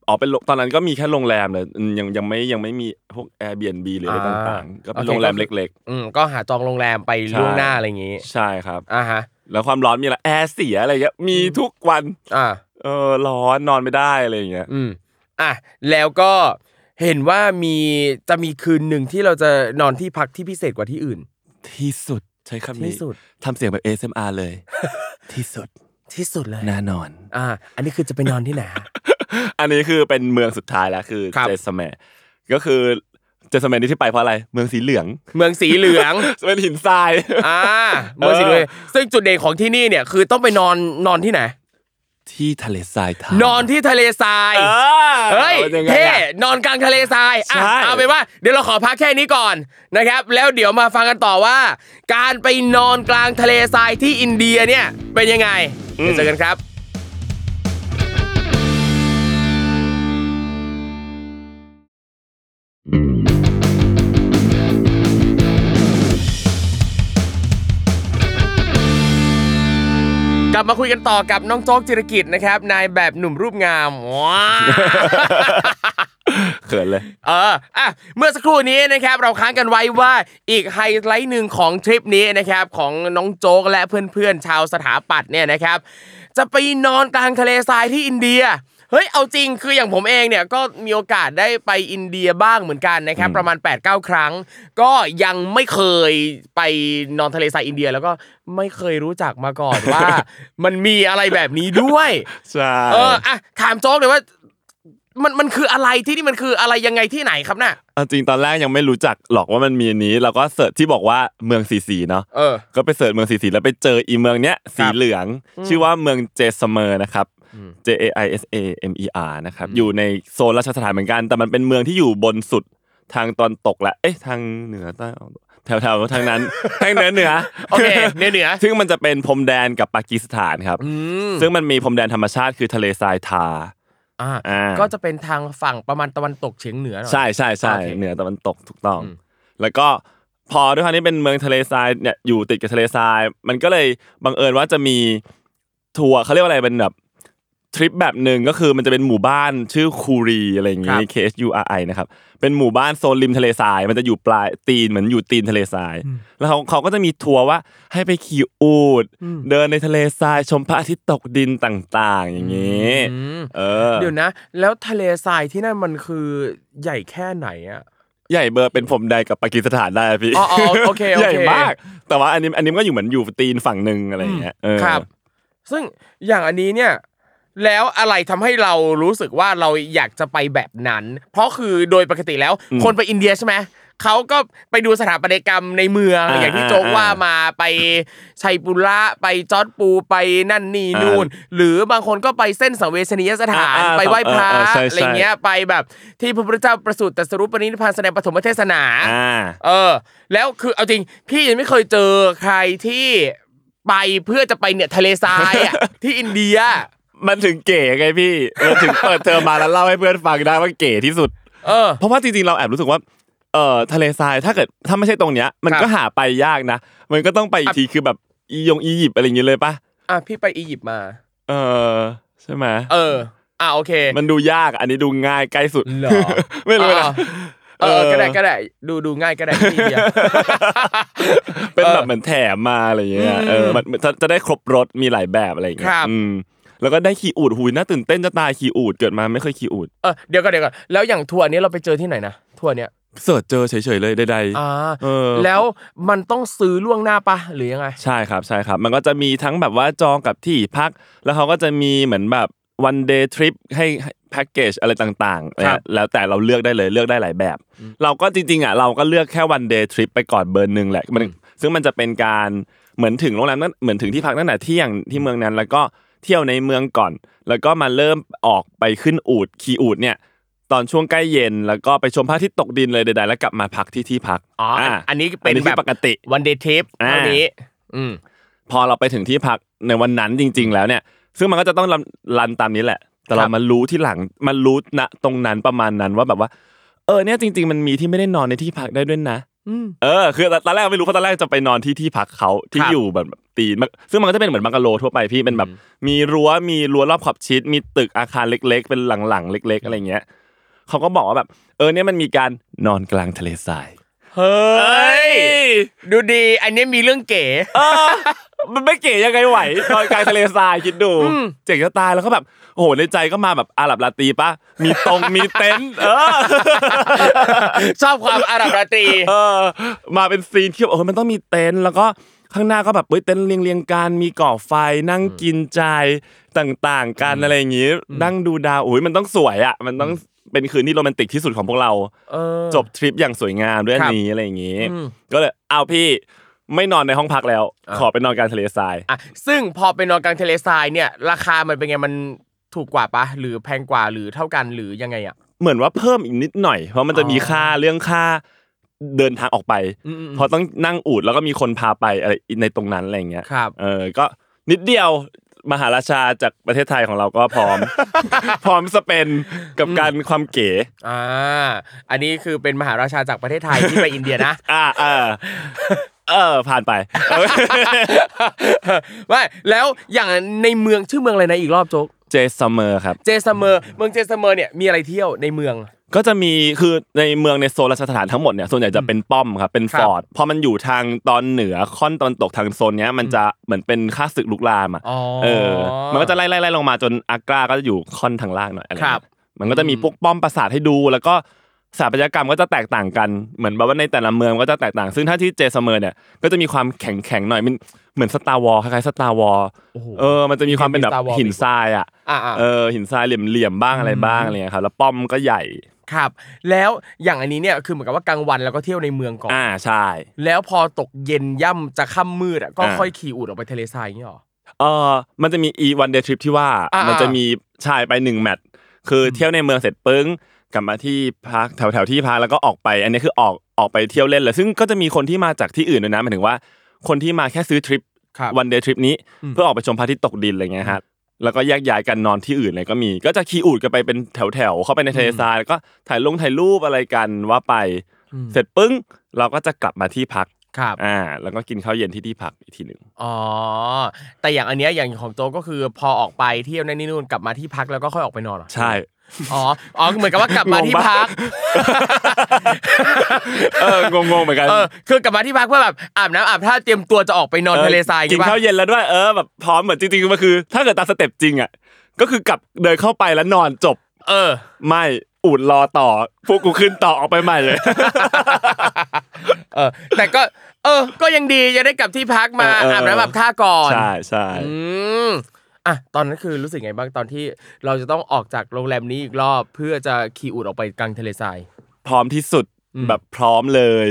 Speaker 3: อ๋อเป็นโรงตอนนั้นก็มีแค่โรงแรมเลยอืมยังยังไม่ยังไม่มีพวก Airbnb หรืออะไร
Speaker 2: อ่า
Speaker 3: ต่างๆ ก็เป็น
Speaker 2: โอเค
Speaker 3: โรงแรมเล็ก
Speaker 2: อืมก็หาจองโรงแรมไป
Speaker 3: ใช่
Speaker 2: ล่วงหน้าอะไรอย่างงี้
Speaker 3: ๆ ใช่ครับ
Speaker 2: อ่าฮะ
Speaker 3: แล้วความร้อนมีอะไรแอร์เสียอะไรเงี้ยมีทุกวัน
Speaker 2: อ่า
Speaker 3: เออร้อนนอนไม่ได้อะไรอย่างเงี้ย
Speaker 2: อืมอ่ะแล้วก็เห็นว่ามีจะมีคืนหนึ่งที่เราจะนอนที่พักที่พิเศษกว่าที่อื่น
Speaker 3: ที่สุดใช้คำนี้
Speaker 2: ที่สุด
Speaker 3: ทำเสียงแบบ ASMR เลย ที่สุด
Speaker 2: ที่สุดเลย
Speaker 3: แน่น อน
Speaker 2: อ่า อันนี้คือจะไปนอนที่ไหนฮะ
Speaker 3: อันนี้คือเป็นเมืองสุดท้ายแล้วคือ
Speaker 2: ครับ
Speaker 3: เจสแมร์ก็คือเจสแมร์นี่ที่ไปเพราะอะไร เมืองสีเหลือง
Speaker 2: เมืองสีเหลือง
Speaker 3: เป็นหินทราย
Speaker 2: อ่าเมืองสีเหลือง ซึ่งจุดเด่นของที่นี่เนี่ยคือต้องไปนอนนอนที่ไหน
Speaker 3: ที่ทะเลทรายทาน
Speaker 2: อนที่ทะเลทราย
Speaker 3: เออ
Speaker 2: เฮ้ย
Speaker 3: มันงไง
Speaker 2: เท่
Speaker 3: อะ
Speaker 2: นอนกลางทะเลทรายอ่ะ
Speaker 3: ใช่
Speaker 2: เอาเป็นว่าเดี๋ยวเราขอพักแค่นี้ก่อนนะครับ แล้วเดี๋ยวมาฟังกันต่อว่า การไปนอนกลางทะเลทรายที่อินเดียเนี่ยเป็นยังไงเดี๋ยวเจอกันครับ กลับมาคุยกันต่อกับน้องโจ๊กจิรกิจนะครับนายแบบหนุ่มรูปงามว้าว
Speaker 3: เขินเลย
Speaker 2: เอออ่ะเมื่อสักครู่นี้นะครับเราค้างกันไว้ว่าอีกไฮไลท์หนึ่งของทริปนี้นะครับของน้องโจ๊กและเพื่อนๆชาวสถาปัตย์เนี่ยนะครับ จะไปนอนกลางทะเลทรายที่อินเดีย เฮ้ยเอาจริงคืออย่างผมเองเนี่ยก็มีโอกาสได้ไปอินเดียบ้างเหมือนกันนะครับ ประมาณ 8-9 ครั้ง ก็ยังไม่เคยไปนอนทะเลทรายอินเดีย แล้วก็ไม่เคยรู้จักมาก่อนว่า มันมีอะไรแบบนี้ด้วย
Speaker 3: ใช่
Speaker 2: เอออ่ะถามโจ๊กเลยว่า มันมันคืออะไรที่นี่มันคืออะไรยังไงที่ไหนครับน่ะ
Speaker 3: เอาจริงตอนแรกยังไม่รู้จักหรอกว่ามันมีอันนี้เราก็เสิร์ชที่บอกว่าเมืองสีสีเนาะ
Speaker 2: เออ
Speaker 3: ก็ไปเสิร์ชเมืองสีสีแล้วไปเจออีเมืองเนี้ยสีเหลือง ชื่อว่าเมืองเจสเมอร์นะครับ J A I S A M E R นะครับอยู่ในโซนราชสถานเหมือนกัน แต่มันเป็นเมืองที่อยู่บนสุดทางตอนตกและเอ๊ะทางเหนือใต้ออกตกแถวๆทาง นั้น ทางเหนือเหนือ
Speaker 2: โอเคเหนือเหนือ
Speaker 3: ซึ่งมันจะเป็นพรมแดนกับปากีสถานครับ ซึ่งมันมีพรมแดนธรรมชาติคือทะเลทรายทา
Speaker 2: อ่า
Speaker 3: อ่า
Speaker 2: ก็จะเป็นทางฝั่งประมาณตะวันตกเฉียงเหนือหน่อย
Speaker 3: ใช่ใช่ใช่
Speaker 2: โอเค
Speaker 3: เหนือตะวันตกถูกต้อง
Speaker 2: อืม
Speaker 3: แล้วก็พอด้วยความที่เป็นเมืองทะเลทรายเนี่ยอยู่ติดกับทะเลทราย มันก็เลยบังเอิญว่าจะมีทัวร์เขาเรียกว่าอะไรเป็นแบบทริปแบบหนึ่งก็คือมันจะเป็นหมู่บ้านชื่อคูรีอะไรอย่าง
Speaker 2: ครั
Speaker 3: งี้
Speaker 2: บ
Speaker 3: K H U R I นะครับเป็นหมู่บ้านโซนริมทะเลทราย มันจะอยู่ปลายตีนเหมือนอยู่ตีนทะเลทราย แล้วเขาเขาก็จะมีทัวร์ว่าให้ไปขี่อูดเดินในทะเลทรายชมพระอาทิตย์ตกดินต่าง ๆ อย่างนี้
Speaker 2: อืม
Speaker 3: เออ
Speaker 2: เดี๋ยวนะ แล้วทะเลทรายที่นั่นมันคือใหญ่แค่ไหนอ่ะ
Speaker 3: ใหญ่เบอร์เป็นผมแดงกับปากีสถานได้อะพี่
Speaker 2: อ๋ออ๋อโอเค โอเค
Speaker 3: ใหญ่มาก แต่ว่าอันนี้อันนี้มันก็อยู่เหมือนอยู่ตีนฝั่งหนึ่งอะไรอย่างเงี้ยเออ
Speaker 2: ครับ ซึ่งอย่างอันนี้เนี่ย แล้วอะไรทำให้เรารู้สึกว่าเราอยากจะไปแบบนั้น เพราะคือโดยปกติแล้ว คนไปอินเดียใช่ไหมเขาก็ไปดูสถาปัตยกรรมในเมือง
Speaker 3: า
Speaker 2: อย่างที่โจ๊ก
Speaker 3: อ่า
Speaker 2: ว่ามาไปชัยปุระไปจอร์ดปูไปนั่นนี่
Speaker 3: อ่านู่
Speaker 2: นู่น หรือบางคนก็ไปเส้นสังเวชนียสถาน
Speaker 3: อ่าอ่า
Speaker 2: ไปไหว้พระ
Speaker 3: อ่าใช่ใช่
Speaker 2: อะไรเงี้ยไปแบบที่พระพุทธเจ้าประสูติตรัสรุปปณิธานแสดงปฐมเทศนา
Speaker 3: อ่า
Speaker 2: เออ แล้วคือเอาจริง พี่ยังไม่เคยเจอใครที่ไปเพื่อจะไปเนี่ยทะเลทรายอ่ะ ที่อินเดีย
Speaker 3: มันถึงเก๋ไงพี่มันถึง เปิดเทอมมาแล้วเล่าให้เพื่อนฟังได้ว่าเก๋ที่สุด
Speaker 2: เออ
Speaker 3: เพราะว่าจริงๆเราแอบรู้สึกว่าเอ่อทะเลทรายถ้าเกิดถ้าไม่ใช่ตรงเนี้ย มัน
Speaker 2: ครับ
Speaker 3: ก็หาไปยากนะ มันก็ต้องไปอีกทีคือแบบอียงอียิปต์อะไรอย่างเงี้ยเลยปะ
Speaker 2: อ่ะพี่ไปอียิปต์มา
Speaker 3: เออใช่ไหม
Speaker 2: เออ อ่ะโอเค
Speaker 3: มันดูยากอันนี้ดูง่ายใกล้สุด
Speaker 2: เหรอ
Speaker 3: ไม่รู้นะ
Speaker 2: อ่า เออก็ได้ก็ได้ดูดูง่ายก็ได้ที่อินเดีย
Speaker 3: เป็นแบบ
Speaker 2: เออ
Speaker 3: เหมือนแถมมาอะไรอย่างเงี้ยเออ
Speaker 2: อืม
Speaker 3: มันจะจะได้ครบรถมีหลายแบบอะไรอย่างเงี้
Speaker 2: ครั
Speaker 3: ย
Speaker 2: บ
Speaker 3: อืมแล้วก็ได้ขี่อูดหูยน่าตื่นเต้นจะตายขี่อูดเกิดมาไม่เคยขี่อูด
Speaker 2: เออเดี๋ยวก่อนเดี๋ยวก่อนแล้วอย่างทัวร์เนี้ยเราไปเจอที่ไหนนะทัวร์เนี้ย
Speaker 3: เสิร์ชเจอเฉยๆเลยใดๆ
Speaker 2: อ่า
Speaker 3: เออ
Speaker 2: แล้วมันต้องซื้อล่วงหน้าปะหรือยังไง
Speaker 3: ใช่ครับใช่ครับ มันก็จะมีทั้งแบบว่าจองกับที่พัก แล้วเขาก็จะมีเหมือนแบบวันเดย์ทริปให้แพ็กเกจอะไรต่างๆ
Speaker 2: ครั
Speaker 3: นะ
Speaker 2: บ
Speaker 3: ฮะแล้วแต่เราเลือกได้เลยเลือกได้หลายแบบ เราก็จริงๆอ่ะเราก็เลือกแค่วันเดย์ทริปไปก่อนเบอร์หนึ่งแหละมันซึ่งมันจะเป็นการเหมือนถึงโรงแรมนั้นเหมือนถึงที่พักนั่นแหละเที่ยงที่เมืองนั้น แล้วก็เที่ยวในเมืองก่อน แล้วก็มาเริ่มออกไปขึ้นอูดขี่อูดเนี่ย ตอนช่วงใกล้เย็นแล้วก็ไปชมพระอาทิตย์ตกดินเลยใดๆแล้วกลับมาพักที่ที่พัก
Speaker 2: อ๋ออ่ะ
Speaker 3: ะ
Speaker 2: อันนี้เป็น
Speaker 3: อัที่
Speaker 2: แบบ
Speaker 3: ปกติ
Speaker 2: วันเดย์ทริป
Speaker 3: อ่า
Speaker 2: เท่านี้ อืม
Speaker 3: พอเราไปถึงที่พักในวันนั้นจริง ๆ แล้วเนี่ย ซึ่งมันก็จะต้องรันรันตามนี้แหละ แต่
Speaker 2: ค
Speaker 3: เรา
Speaker 2: รับ
Speaker 3: มารู้ที่หลังมันรู้ณตรงนั้นประมาณนั้นว่าแบบว่า เออเนี่ยจริง ๆ มันมีที่ไม่ได้นอนในที่พักได้ด้วยนะ
Speaker 2: อืม
Speaker 3: เออคือตอนแรกไม่รู้เพราะตอนแรกจะไปนอนที่ที่พักเขาที่
Speaker 2: ครับ
Speaker 3: อยู่แบบตีนซึ่งมันก็จะเป็นเหมือนบังกะโลทั่วไปพี่เป็นแบบ
Speaker 2: อืม
Speaker 3: มีรั้วมีรั้วรอบขอบชิด มีตึกอาคารเล็ก ๆ เป็นหลังๆเล็ก ๆ อะไรเงี้ยเขาก็บอกว่าแบบเออเนี่ยมันมีการนอนกลางทะเลทราย
Speaker 2: เฮ้ย
Speaker 3: ย
Speaker 2: ดูดี อันนี้มีเรื่องเก๋
Speaker 3: มันไม่เก๋ยังไงไหว ตอนกลางทะเลทรายคิดดู เจ๋งจะตายแล้วก็แบบโอ้โหในใจก็มาแบบอาหรับลาตีป่ะ มีตรง มีเต็นท์เออ
Speaker 2: ชอบความอาหรับราตรี
Speaker 3: เออ มาเป็นซีนที่แบบเออมันต้องมีเต็นท์แล้วก็ข้างหน้าก็แบบเฮ้ยเต็นท์เรียงเรียงๆกันมีก่อไฟนั่งกินใจายต่างๆกันอะไรอย่างงี้นั่งดูดาวโอ้ยมันต้องสวยอ่ะ มันต้องเป็นคืนที่โรแมนติกที่สุดของพวกเรา จบทริปอย่างสวยงามด้วยอั
Speaker 2: ครั
Speaker 3: น
Speaker 2: บ
Speaker 3: นี้อะไรอย่างงี้
Speaker 2: อืม
Speaker 3: ก็เลยเอาพี่ไม่นอนในห้องพักแล้ว
Speaker 2: อ่ะ
Speaker 3: ขอไปนอนกลางทะเลทราย
Speaker 2: อ่ะซึ่งพอไปนอนกลางทะเลทรายเนี่ย ราคามันเป็นไง มันถูกกว่าปะ หรือแพงกว่า หรือเท่ากันหรือยังไงอ่ะ
Speaker 3: เหมือนว่าเพิ่มอีกนิดหน่อย เพราะมันจะมี
Speaker 2: อ๋อ
Speaker 3: ค่าเรื่องค่าเดินทางออกไป เพราะต้องนั่งอูดแล้วก็มีคนพาไปอะไรในตรงนั้นอะไรอย่างเงี้ย
Speaker 2: ครับ
Speaker 3: เออก็นิดเดียวมหาราชาจากประเทศไทยของเราก็พ ร้อม พร้อมสเปนกับการความเก๋
Speaker 2: อ่า อันนี้คือเป็นมหาราชาจากประเทศไทย ที่ไปอินเดียนะ
Speaker 3: อ่าเออเออผ่านไป เออ
Speaker 2: ว่าแล้วอย่างในเมืองชื่อเมืองอะไรนะอีกรอบโจ๊ก
Speaker 3: เจสเมอร์ครับ
Speaker 2: เจสเมอร์ เมืองเจสเมอร์เนี่ยมีอะไรเที่ยวในเมือง
Speaker 3: ก็จะมีคือในเมืองในโซนราชสถานทั้งหมดเนี่ยส่วนใหญ่จะเป็นป้อมครับเป็น
Speaker 2: ค
Speaker 3: ฟ
Speaker 2: รับ
Speaker 3: อร์ดพอมันอยู่ทางตอนเหนือค่อนตอนตกทางโซนเนี้ยมันจะเหมือนเป็นค่าศึกลุกลามอ่ะ
Speaker 2: อ๋อ
Speaker 3: เออ มันก็จะไล่ไล่ไล่ลงมาจนอากราก็จะอยู่ค่อนทางล่างหน่อยอะไร
Speaker 2: ค
Speaker 3: เงี้ย
Speaker 2: รับ
Speaker 3: มันก็จะมี
Speaker 2: อืม
Speaker 3: พวกป้อมปราสาทให้ดู แล้วก็สถาปัตยกรรมก็จะแตกต่างกัน เหมือนแบบว่าในแต่ละเมืองก็จะแตกต่าง ซึ่งถ้าที่เจสเมอร์เนี่ยก็จะมีความแข็งแข็งๆหน่อยมันเหมือนสตาร์วอลคล้ายๆสตาร์วอล
Speaker 2: โโห
Speaker 3: เออ มันจะมีความเป็นแบบ
Speaker 2: Star Wars
Speaker 3: หินทรายอ่ะ
Speaker 2: อ่าๆ
Speaker 3: เออ หินทรายเหลี่ยมๆบ้างอะไรบ้างอะไรเงี้ยครับ แล้วป้อมก็ใหญ่
Speaker 2: ครับแล้วอย่างอันนี้เนี่ยคือเหมือนกับว่ากลางวันเราก็เที่ยวในเมืองก่อน
Speaker 3: อ่า ใช่
Speaker 2: แล้วพอตกเย็นย่ำจะค่ำมืดอ่ะก็
Speaker 3: อ่า
Speaker 2: ค่อยขี่อูดออกไปทะเลทรายอย่างนี้หรอ
Speaker 3: เออมันจะมี e one day trip ที่ว่า
Speaker 2: อ่ามั
Speaker 3: มันจะมีชายไปหนึ่งแมตช์ คือเที่ยวในเมืองเสร็จปึ้ง กลับมาที่พักแถวแถวๆที่พักแล้วก็ออกไป อันนี้คือออกออกไปเที่ยวเล่นเลย ซึ่งก็จะมีคนที่มาจากที่อื่นด้วยนะหมายถึงว่า คนที่มาแค่ซื้อทริป
Speaker 2: ครับ
Speaker 3: วันเดย์ทริปนี้
Speaker 2: อืม
Speaker 3: เพื่อออกไปชมพระอาทิตย์ตกดินอะไรเงี้ยฮะ แล้วก็แยกย้ายกันนอนที่อื่นเลยก็มี ก็จะขี่อูดกันไปเป็นแถวแถวๆเข้าไปในทะเลทรายแล้วก็ถ่ายลงถ่ายรูปอะไรกันว่าไป เสร็จปึ้ง เราก็จะกลับมาที่พัก
Speaker 2: ครับ
Speaker 3: อ่า แล้วก็กินข้าวเย็นที่ที่พักอีกทีหนึ่ง
Speaker 2: อ๋อแต่อย่างอันเนี้ยอย่างของโจก็คือพอออกไปเที่ยวนั่นนี่นู่นกลับมาที่พักแล้วก็ค่อยออกไปนอนเหรอ
Speaker 3: ใช่
Speaker 2: อ๋ออ๋อเหมือนกับว่ากลับมาที่พั ก
Speaker 3: เอองงงๆเหมือนกัน
Speaker 2: เออคือกลับมาที่พักเพื่อแบบอาบน้ำอาบท่าเตรียมตัวจะออกไปนอนทะเลทรายอย่ง
Speaker 3: กิน
Speaker 2: งี้ปะ
Speaker 3: ข้าวเย็นแล้วด้วยเออแบบพร้อมเหมือนจริงๆมันคือ ถ้าเกิดตามสเต็ปจริงอ่ะก็คือกลับเดินเข้าไปแล้วนอนจบ
Speaker 2: เออ
Speaker 3: ไม่อูดรอต่อ พวกกูขึ้นต่อออกไปใหม่เลย
Speaker 2: เออ แต่ก็ เออ ก็ยังดีจะได้กลับที่พักมา
Speaker 3: เออเอออ
Speaker 2: อาบน้ำอาบท่าก่อน
Speaker 3: ใช่ใช่
Speaker 2: อืมอ่ะตอนนั้นคือรู้สึกไงบ้างตอนที่เราจะต้องออกจากโรงแรมนี้อีกรอบ เพื่อจะขี่อูดออกไปกลางทะเลทราย
Speaker 3: พร้อมที่สุดแบบพร้อมเลย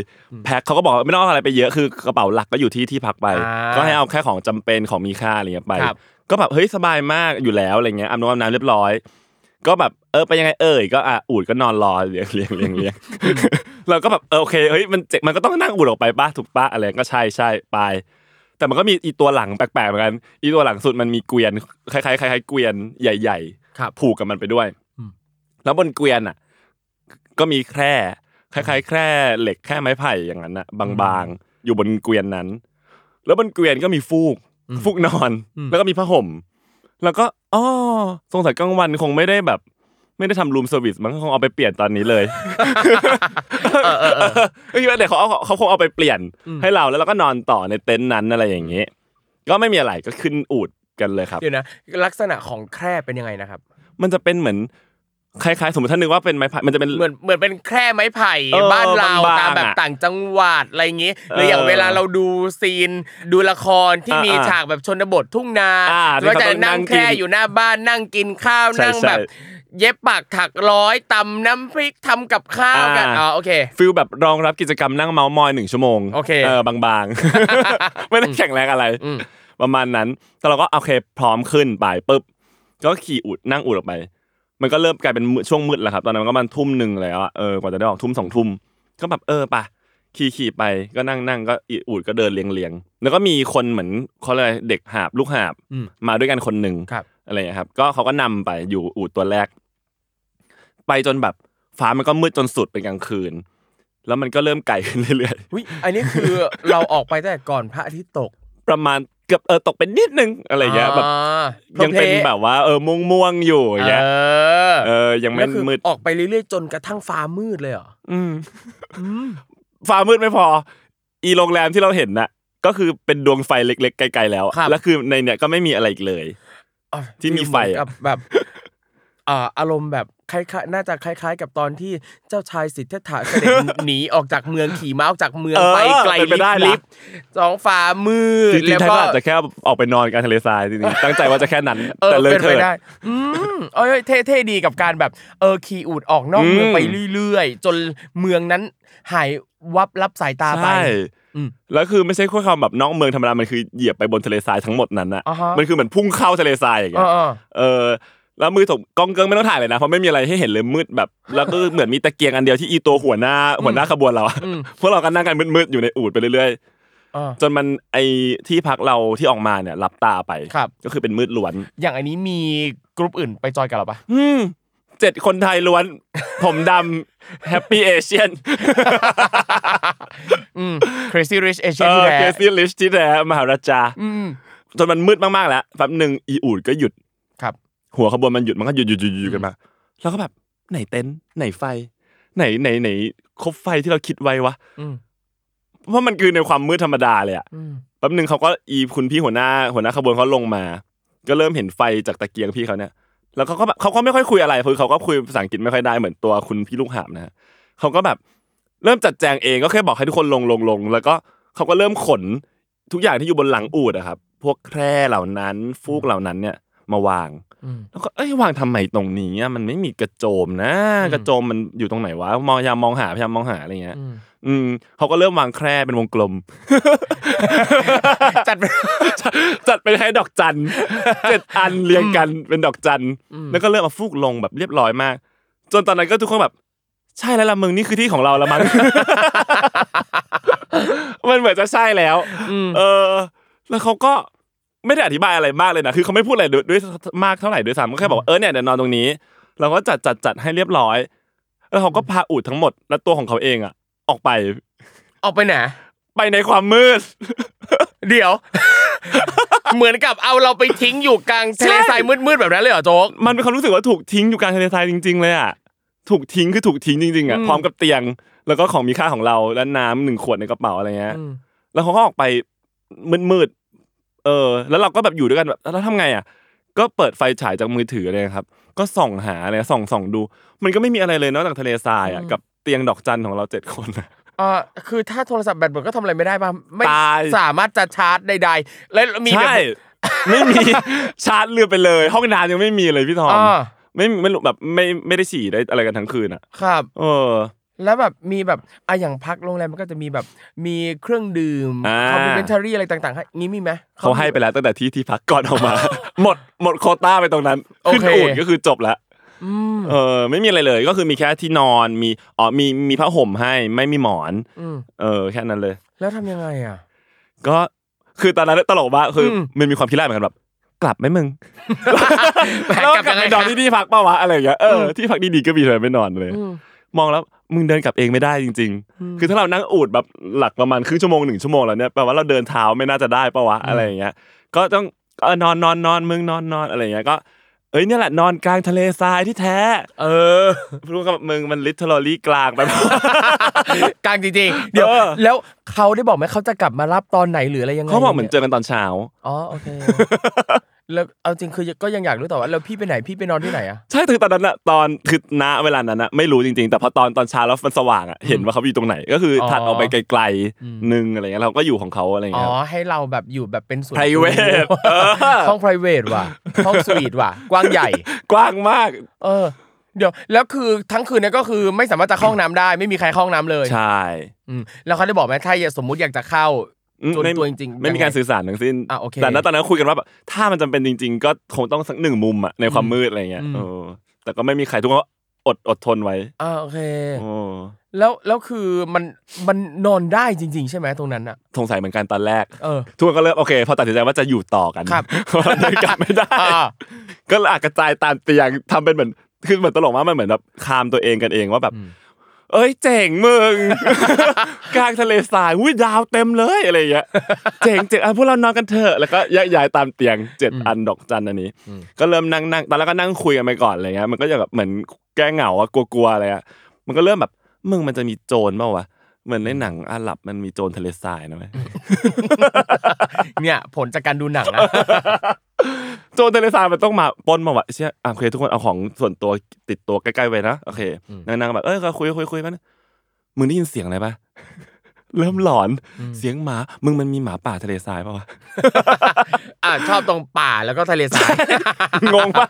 Speaker 3: แพ็คเขาก็บอกว่าไม่ต้องเอาอะไรไปเยอะคือกระเป๋าหลักก็อยู่ที่ที่พักไป
Speaker 2: อ่า
Speaker 3: ก็ให้เอาแค่ของจำเป็นของมีค่าอะไรเงี้ยไป
Speaker 2: ครับ
Speaker 3: ก็แบบเฮ้ยสบายมากอยู่แล้วอะไรเงี้ยอาบน้ำอาบน้ำเรียบร้อย ก็แบบเออไปยังไงเอ่ยก็อ่ะอูดก็นอนรอเลี้ยงเลี้ยงเลี้ยงเลี้ยง เราก็แบบเออโอเคเฮ้ยมันเจ็บมันก็ต้องนั่งอูดออกไปป้าถูกป้าอะไรก็ใช่ใช่ไป แต่มันก็มีอีตัวหลังแปลกๆเหมือนกันอีตัวหลังสุดมันมีเกวียนคล้ายๆคล้ายๆเกวียนใหญ่
Speaker 2: ครับ
Speaker 3: ๆ ผูกกับมันไปด้วย
Speaker 2: อืม
Speaker 3: แล้วบนเกวียนอ่ะ ก็มีแคร่คล้ายๆ แคร่เหล็กแคร่ไม้ไผ่อย่างนั้นน่ะบางๆ อยู่บนเกวียนนั้น แล้วบนเกวียนก็มีฟูก ฟูกนอน
Speaker 2: อืม
Speaker 3: แล้วก็มีผ้าห่ม แล้วก็อ๋อสงสัยกลางวันคงไม่ได้แบบ ไม่ได้ทำรูมเซอร์วิสมั้งคงเอาไปเปลี่ยนตอนนี้เลยเฮ้ยว่าเดี๋ยวเขาเอา เขาคงเอาไปเปลี่ยนให้เราแล้วเราก็นอนต่อในเต็นท์นั้นอะไรอย่างนี้ ก็ไม่มีอะไรก็ขึ้นอูดกันเลยครับ
Speaker 2: เดี๋ยวนะ ลักษณะของแคร่เป็นยังไงนะครับ
Speaker 3: มันจะเป็นเหมือน คล้ายๆ สมมติท่านนึกว่าเป็นไม้พายมันจะเป็น
Speaker 2: เหมือนเหมือนเป็นแคร่ไม้ไผ่
Speaker 3: เออ
Speaker 2: บ้านเรา
Speaker 3: บางๆ
Speaker 2: ตามแบบ
Speaker 3: อะ
Speaker 2: ต่างจังหวัดอะไรอย่างงี้หรืออย่าง
Speaker 3: เออ
Speaker 2: เวลาเราดูซีนดูละครที่
Speaker 3: อ่ามี
Speaker 2: มีฉากแบบชนบททุ่งนา
Speaker 3: อ่า
Speaker 2: แล้วจะ
Speaker 3: ที่เขาต้องนั่
Speaker 2: นั่ง
Speaker 3: ง
Speaker 2: แคร่
Speaker 3: กิน
Speaker 2: อยู่หน้าบ้านนั่งกินข้าว
Speaker 3: ใช่
Speaker 2: นั่งแบบ
Speaker 3: ใช่
Speaker 2: เย็บปากถักร้อยตำน้ำพริกทำกับข้าวกัน
Speaker 3: อ่า
Speaker 2: อ๋อโอเค
Speaker 3: ฟิลแบบรองรับกิจกรรมนั่งเมาส์มอยหนึ่งชั่วโมง
Speaker 2: โอเค
Speaker 3: เออบาง ๆ ไม่ได้แข่งแรงอะไร
Speaker 2: อืม
Speaker 3: ประมาณนั้น แต่เราก็โอเคพร้อมขึ้นไปปุ๊บก็ขี่อุดนั่งอุดออกไป มันก็เริ่มกลายเป็นมืดช่วงมืดแล้วครับ ตอนนั้นมันก็ประมันทุ่มหนึ่งแล้วอะเออกว่าจะได้ออกทุ่มสองทุ่มก็แบบเออไปะขี่ขี่ไปก็นั่งนั่งก็อีอุดก็เดินเลียงเลียงแล้วก็มีคนเหมือนเขาเรียกอะไรเด็กหาบลูกหาบ
Speaker 2: อืม
Speaker 3: มาด้วยกันคนหนึ่ง
Speaker 2: ครับ
Speaker 3: อะไรอย่างเงี้ยครับ ก็เขาก็นำไปอยู่อูดตัวแรก ไปจนแบบฟ้ามันก็มืดจนสุดเป็นกลางคืน แล้วมันก็เริ่มไกลขึ้นเรื่อย
Speaker 2: อุ๊ยอันนี้คือ เราออกไปตั้งแต่ก่อนพระอาทิตย์ตก
Speaker 3: ๆ ประมาณเกือบเออตกเป็นนิดนึงอะไรอย่างเงี้ยแบบ
Speaker 2: อ่า
Speaker 3: ยังเป็นแบบว่าเออม่วงม่วงๆอยู่อย่างเงี้ย
Speaker 2: เออ
Speaker 3: เออยังไม่
Speaker 2: แล้วคือ
Speaker 3: มืด
Speaker 2: ออกไปเรื่อยๆจนกระทั่งฟ้ามืดเลยเหรอ
Speaker 3: อืมฟ้ามืดไม่พอ อีโรงแรมที่เราเห็นน่ะ ก็คือเป็นดวงไฟเล็กๆไกลๆแล้วแล้วคือในเนี่ยก็ไม่มีอะไรอีกเลย
Speaker 2: อ่ะ
Speaker 3: ที่มีไฟอะ
Speaker 2: กับแบบอ่าอารมณ์แบบคล้ายๆน่าจะคล้ายๆ กับตอนที่เจ้าชายสิทธัตถะเสด็จ หนีออกจากเมืองขี่ม้าออกจากเมือง
Speaker 3: เออ
Speaker 2: ไปไกล
Speaker 3: เป็นไปได้นะ
Speaker 2: ลิบๆท้องฟ้ามืด
Speaker 3: จริ
Speaker 2: แล้
Speaker 3: งๆ
Speaker 2: ว
Speaker 3: ไทย
Speaker 2: ก็
Speaker 3: ก็อาจจะแค่ออกไปนอนกลางทะเลทรายจริงๆตั้งใจว่าจะแค่นั้น
Speaker 2: เออ
Speaker 3: แต่เลย
Speaker 2: เป็น
Speaker 3: เธ
Speaker 2: ไป
Speaker 3: อ
Speaker 2: ได้ อืมเอ้ยเท่เท่ดีกับการแบบ เออขี่อูดออกนอกเมือง
Speaker 3: อืม
Speaker 2: ไปเรื่อยๆ จนเมืองนั้นหายวับรับสายตาไป
Speaker 3: ใช่
Speaker 2: อืม
Speaker 3: แล้วคือไม่ใช่แค่ความแบบนอกเมืองธรรมดามันคือเหยียบไปบนทะเลทรายทั้งหมดนั้นน่ะ
Speaker 2: อ่าฮะ
Speaker 3: มันคือเหมือนพุ่งเข้าทะเลทรายอย่าง
Speaker 2: เอ
Speaker 3: เงี้ย
Speaker 2: อ
Speaker 3: เออแล้วมือถกกล้องเกิงไม่ต้องถ่ายเลยนะเพราะไม่มีอะไรให้เห็นเลยมืดแบบ แล้วก็เหมือนมีตะเกียงอันเดียวที่อีตัวหัวหน้าหัวหน้าขบวนเราอะ
Speaker 2: อืม
Speaker 3: พวกเราก็นั่งกันมืดๆอยู่ในอูดไปเรื่อย
Speaker 2: เออ
Speaker 3: ๆ จนมันไอที่พักเราที่ออกมาเนี่ยหลับตาไป
Speaker 2: ครับ
Speaker 3: ก็คือเป็นมืดล้วน
Speaker 2: อย่างอันนี้มีกรุ๊ปอื่นไปจอยกับเราปะ
Speaker 3: อืมเจ็ดคนไทยล้วน ผมดำแฮปปี้เอเชียน
Speaker 2: อืม Crazy Rich
Speaker 3: เอ
Speaker 2: Asian
Speaker 3: อ
Speaker 2: ที่
Speaker 3: เก
Speaker 2: แท้
Speaker 3: ซี่ลิชที่แท้มหาราชา
Speaker 2: อืม
Speaker 3: จนมันมืดมากๆแล้วแป๊บหนึ่งอีอูดก็หยุด
Speaker 2: ครับ
Speaker 3: หัวขบวนมันหยุดมันก็หยุดหยุดหยุดหยุดกันมา แล้วก็แบบไหนเต็นท์ไหนไฟ ไหนไหนไหนคบไฟที่เราคิดไว้วะ
Speaker 2: อืม
Speaker 3: เพราะมันคือในความมืดธรรมดาเลยอะ
Speaker 2: อืม
Speaker 3: แป๊บหนึ่งเขาก็อีคุณพี่หัวหน้า หัวหน้าขบวนเขาลงมา ก็เริ่มเห็นไฟจากตะเกียงพี่เขาเนี่ย แล้วเขาก็แบบเขาก็ไม่ค่อยคุยอะไรคือเขาก็คุยภาษาอังกฤษไม่ค่อยได้เหมือนตัวคุณพี่ลูกหาบนะฮะเขาก็แบบเริ่มจัดแจงเองก็แค่บอกให้ทุกคนลงลงลงแล้วก็เขาก็เริ่มขนทุกอย่างที่อยู่บนหลังอูดอะครับ พวกแคร่เหล่านั้นฟูกเหล่านั้นเนี่ย มาวาง
Speaker 2: อื ม
Speaker 3: แล้วก็เอ้ยวางทำไมตรงนี้อะมันไม่มีกระโจมนะ
Speaker 2: อืม
Speaker 3: กระโจมมันอยู่ตรงไหนวะมองพยายามมองหาพยายามมองหาอะไรเงี้ย
Speaker 2: อืม
Speaker 3: อืมเขาก็เริ่มวางแคร่เป็นวงกลม
Speaker 2: จัดไป
Speaker 3: จัดเป็นให้ดอกจัน เจ็ดอันเรียงกันเป็นดอกจัน
Speaker 2: อืม
Speaker 3: แล้วก็เริ่มมาฟูกลงแบบเรียบร้อยมาก จนตอนนั้นก็ทุกคนแบบ ใช่แล้วละมึงนี่คือที่ของเราละมั้ง มันเหมือนจะใช่แล้ว
Speaker 2: อืม
Speaker 3: เออ แล้วเขาก็ไม่ได้อธิบายอะไรมากเลยนะ คือเขาไม่พูดอะไรด้วยด้วยมากเท่าไหร่ด้วยซ้ำก็แค่บอกว่าเออเนี่ยเดี๋ยวนอนตรงนี้ เราก็จัดจัดจัดให้เรียบร้อย แล้วเขาก็พาอูดทั้งหมดและตัวของเขาเองอะออกไป
Speaker 2: ออกไปไหน
Speaker 3: ไปในความมืด
Speaker 2: เดี๋ยว เหมือนกับเอาเราไปทิ้งอยู่กลางทะเลทรายมืดๆแบบนั้นเลยเหรอโจ๊ก
Speaker 3: มันเป็นความรู้สึกว่าถูกทิ้งอยู่กลางทะเลทรายจริง ๆ เลยอ่ะ ถูกทิ้งคือถูกทิ้งจริงๆอ่ะ
Speaker 2: อืม
Speaker 3: พร้อมกับเตียง แล้วก็ของมีค่าของเราและน้ำหนึ่งขวดในกระเป๋าอะไรเงี้ย
Speaker 2: อืม
Speaker 3: แล้วเขาก็ออกไปมืดๆ เออ แล้วเราก็แบบอยู่ด้วยกันแบบแล้วทำไงอ่ะ ก็เปิดไฟฉายจากมือถือเลยครับ ก็ส่องหาเลยส่องส่องดู มันก็ไม่มีอะไรเลยนอกจากทะเลทรายอ่ะกับเตียงดอกจันของเราเจ็ดคนอะ
Speaker 2: เอ่าคือถ้าโทรศัพท์แบตหมดก็ทำอะไรไม่ได้ป่ะไม่
Speaker 3: ตาย
Speaker 2: สามารถจะชาร์จใดๆแล้วมีแบบ
Speaker 3: ใช่ ไม่มี ชาร์จเรือไปเลย ห้องน้ำยังไม่มีเลยพี่ทอม
Speaker 2: อ่า
Speaker 3: ไม่ไม่รู้แบบไม่ไม่ได้ฉี่ได้อะไรกันทั้งคืนอ่ะ
Speaker 2: ครับ
Speaker 3: เออ
Speaker 2: แล้วแบบมีแบบอ่ะอย่างพักโรงแรมมันก็จะมีแบบมีเครื่องดื่ม
Speaker 3: อ่า
Speaker 2: คอมเพลเมนทารี่อะไรต่างๆให้งี้มีไหม
Speaker 3: เขาให้ไปแล้วตั้งแต่ที่ที่พักก่อนออกมา หมดหมดโควต้าไปตรงนั้น
Speaker 2: โอเค
Speaker 3: ขึ้นอูดก็คือจบละ
Speaker 2: อืม
Speaker 3: เออ ไม่มีอะไรเลยก็คือมีแค่ที่นอนมีอ๋อมีมีผ้าห่มให้ไม่มีหมอน
Speaker 2: อืม
Speaker 3: เออแค่นั้นเลย
Speaker 2: แล้วทำยังไงอ่ะ
Speaker 3: ก็คือตอนนั้นตลกมากคืออ
Speaker 2: ม
Speaker 3: มันมีความคิดแรกเหมือนกันแบบกลับไหมมึง
Speaker 2: แปล
Speaker 3: แล้วก็กลับ
Speaker 2: ยัง
Speaker 3: ไป
Speaker 2: ไง
Speaker 3: นอน
Speaker 2: คะ
Speaker 3: ที่ที่พักเปล่าวะอะไรอย่างเงี้ยเอออ
Speaker 2: ม
Speaker 3: ที่พักดีๆก็มีทำไมไม่นอนเลย
Speaker 2: อืม
Speaker 3: มองแล้วมึงเดินกลับเองไม่ได้จริง ๆ คือถ้าเรานั่งอูดแบบหลักประมาณครึ่งชั่วโมงหนึ่งชั่วโมงแล้วเนี่ยแปลว่าเราเดินเท้าไม่น่าจะได้ปะวะอะไรอย่างเงี้ย ก็ต้องเออนอนนอนนอนมึงนอนนอนอะไรอย่างเงี้ยก็เอ้ยเนี่ยแหละนอนกลางทะเลทรายที่แท้ เออรู้กับมึงมันลิทเทอรี่กลางไป
Speaker 2: กลางจริงๆ เดี๋ยว
Speaker 3: เออ
Speaker 2: แล้วเขาได้บอกไหมเขาจะกลับมารับตอนไหนหรืออะไรยังไง
Speaker 3: เขาบอกเหมือนเจอกันตอนเช้า
Speaker 2: อ๋อโอเค แล้วเอาจริงคือก็ยังอยากรู้ต่อว่าแล้วพี่ไปไหนพี่ไปนอนที่ไหนอะ
Speaker 3: ใช่คือตอนนั้นอะตอนคือณเวลานั้นอะไม่รู้จริงๆ แต่พอตอนตอนเช้าแล้วมันสว่างอะเห็นว่าเขาอยู่ตรงไหน ก็คืออ
Speaker 2: อ
Speaker 3: ถัดออกไปไกลๆนึงอะไรเงี้ยเราก็อยู่ของเขาอะไร
Speaker 2: อ๋อ
Speaker 3: เงี้ยครับ
Speaker 2: ให้เราแบบอยู่แบบเป็นส่วน
Speaker 3: private
Speaker 2: ตัว
Speaker 3: เออ
Speaker 2: ห้อง private ว่ะห้องสวีทว่ะ กว้างใหญ่
Speaker 3: กว้างมาก
Speaker 2: เออ เดี๋ยวแล้วคือทั้งคืนเนั้นก็คือไม่สามารถจะเข้าห้องน้ำได้ ไม่มีใครเข้าห้องน้ำเลย
Speaker 3: ใช่
Speaker 2: อืมแล้วเขาได้บอกไหมถ้าอยากสมมุติอยากจะเข้า
Speaker 3: อืม
Speaker 2: จน
Speaker 3: ไม่
Speaker 2: ตัวจริงๆ
Speaker 3: ไม่มีการ
Speaker 2: ยังไง
Speaker 3: สื่อสารทั้งสิ้น
Speaker 2: อ่ะโอเค
Speaker 3: แต่ณตอนนั้นคุยกันว่าแบบถ้ามันจำเป็นจริง ๆ ก็คงต้องสักหนึ่งมุมอะในความมืดอะไรเงี้ย
Speaker 2: อืม
Speaker 3: เออแต่ก็ไม่มีใครทุกคนอดอดทนไว้
Speaker 2: อ่าโอเค
Speaker 3: โอ้
Speaker 2: แล้วแล้วคือมันมันนอนได้จริง ๆ ใช่ไหมตรงนั้นอ่ะ
Speaker 3: สงสัยเหมือนกันตอนแรก
Speaker 2: เออ
Speaker 3: ทุกคนก็เริ่มโอเคพอตัดสินใจว่าจะอยู่ต่อกัน
Speaker 2: ครับ
Speaker 3: เพราะเดินกลับไม่ได้
Speaker 2: อ่า
Speaker 3: ก็อากระจายตามเตียงทำเป็นเหมือนคือเหมือนตลกมากมันเหมือนแบบคามตัวเองกันเองว่าแบบ
Speaker 2: อืม
Speaker 3: เอ้ยเจ๋งมึง กลางทะเลทรายอุ้ยดาวเต็มเลยอะไรอย่างเงี้ยเจ๋งเจ๋งอ่ะพวกเรานอนกันเถอะแล้วก็แยกย้ายตามเตียงเจ็ดอันดอกจันอันนี้ ก็เริ่มนั่งนั่งตอนแรกก็นั่งคุยกันไปก่อนอะไรเงี้ยมันก็จะแบบเหมือนแก้เหงาอะกลัวๆอะไรอะมันก็เริ่มแบบมึงมันจะมีโจรเปล่าวะเหมือนในหนังอาหรับมันมีโจรทะเลทรายนะไหม
Speaker 2: เนี่ยผลจากการดูหนังนะ
Speaker 3: โจรทะเลสาบมันต้องมาปล้นมาวะเชี่ยอ่ะโอเคทุกคนเอาของส่วนตัวติดตัวใกล้ๆไว้นะโอเคนางนางแบบเอ้ยก็คุยคุยคุยกันมึงได้ยินเสียงอะไรปะ เริ่มหลอนเสียงหมา มึงมันมีหมาป่าทะเลทรายปะวะ
Speaker 2: อ่าชอบตรงป่าแล้วก็ทะเลท ราย
Speaker 3: งงปะ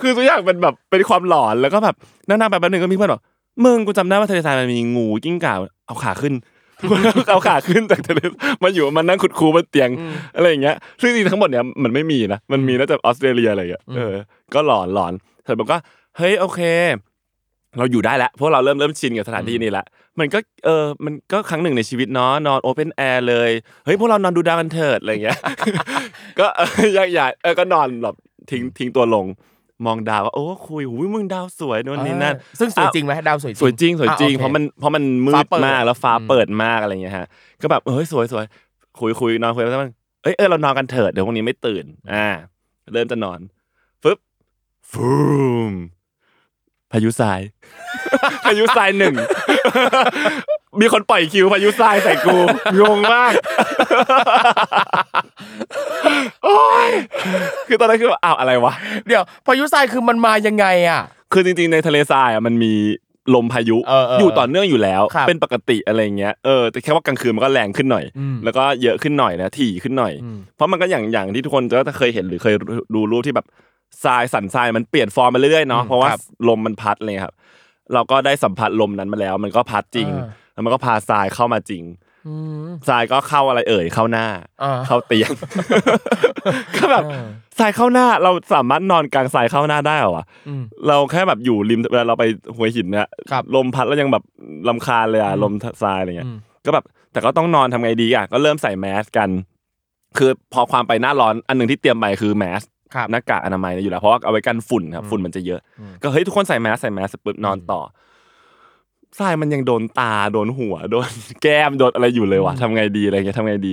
Speaker 3: คือทุกอย่างเป็นแบบเป็นความหลอนแล้วก็แบบนางๆไปแป๊บนึงก็มีเพื่อนบอกมึงกูจำได้ว่าทะเลทรายมันมีงูกิ้งก่าเอาขาขึ้น เอาขาขึ้นจากทะเลมาอยู่มันนั่งขุดคูบนเตียง อะไรอย่างเงี้ยซึ่งจริงๆทั้งหมดเนี้ยมันไม่มีนะมันมีน่าจะออสเตรเลียอะไรอย่างเงี้ยเออก็หลอนหลอนเสร็จมันก็เฮ้ยโอเค เราอยู่ได้แล้วพวกเราเริ่มเริ่มชินกับสถานที่นี้ละมันก็เออมันก็ครั้งหนึ่งในชีวิตเนาะนอนโอเพนแอร์เลยเฮ้ยพวกเรานอนดูดาวกันเถิดอะไรอย่างเงี้ย ก็ เอออยากอยากเออก็นอนแบบทิ้งทิ้งตัวลง มองดาวว่าโอ้คุยหูยมึงดาวสวยโน่นนี่นั่น
Speaker 2: ซึ่งสวยจริงไหมดาวสวย
Speaker 3: สวยจริงสวยจริง
Speaker 2: อ่โอค
Speaker 3: เพราะมันเพราะมันมื
Speaker 2: ฟ้า
Speaker 3: ด
Speaker 2: เปิด
Speaker 3: มากแล้วฟ้าเปิดมากอะไรเงี้ยฮะก็แบบเฮ้ยสวยสวยคุยคุยนอนคุยแล้วมันเอ้ยเออเรานอนกันเถิดเดี๋ยวพรุ่งนี้ไม่ตื่น อ่า เริ่มจะนอนฟึบฟูมพายุทราย พายุทรายหนึ่ง มีคนปล่อยคิวพายุทรายใส่กูงงมาก โอ้ยคือตอนนั้นคือแบบอ้าวอะไรวะ
Speaker 2: เดี๋ยวพายุทรายคือมันมายังไงอ่ะ
Speaker 3: คือจริงๆในทะเลทรายอ่ะมันมีลมพายุ
Speaker 2: เออเออ
Speaker 3: อยู่ต่อเนื่องอยู่แล้ว
Speaker 2: ครับ
Speaker 3: เป็นปกติอะไรเงี้ยเออแต่แค่ว่ากลางคืนมันก็แรงขึ้นหน่อย
Speaker 2: อืม
Speaker 3: แล้วก็เยอะขึ้นหน่อยนะถี่ขึ้นหน่อย
Speaker 2: อืม
Speaker 3: เพราะมันก็อย่างอย่างที่ทุกคนก็จะเคยเห็นหรือเคยดูรูปที่แบบทรายสันทรายมันเปลี่ยนฟอร์มไปเรื่อยๆเนาะเพราะว่าลมมันพัดเลยครับ เราก็ได้สัมผัสลมนั้นมาแล้ว มันก็พัดจริง แล้วมันก็พาทรายเข้ามาจริง
Speaker 2: อืม
Speaker 3: ทรายก็เข้าอะไรเอ่ยเข้าหน้า
Speaker 2: อ่า
Speaker 3: เข้าเตียง ก็แบบทรายเข้าหน้าเราสามารถนอนกลางทรายเข้าหน้าได้เหรอวะ
Speaker 2: อืม
Speaker 3: เราแค่แบบอยู่ริมเวลาเราไปหัวหินเนี่ย
Speaker 2: ครับ
Speaker 3: ลมพัดแล้วยังแบบลำคาญเลยอ่ะลมทรายอะไรเงี้ยก็แบบแต่ก็ต้องนอนทำไงดีอ่ะก็เริ่มใส่แมสกัน คือพอความไปหน้าร้อนอันหนึ่งที่เตรียมไปคือแมส
Speaker 2: ครับ
Speaker 3: หน้ากากอนามัยอยู่แล้วเพราะว่าเอาไว้กันฝุ่นครับฝุ่นมันจะเยอะ ก็เฮ้ยทุกคนใส่แมสใส่แมสเสร็จปุ๊บนอนต่อทรายมันยังโดนตาโดนหัว โดน แก้มโดนอะไรอยู่เลยว่ะทำไงดีอะไรเงี้ยทำไงดี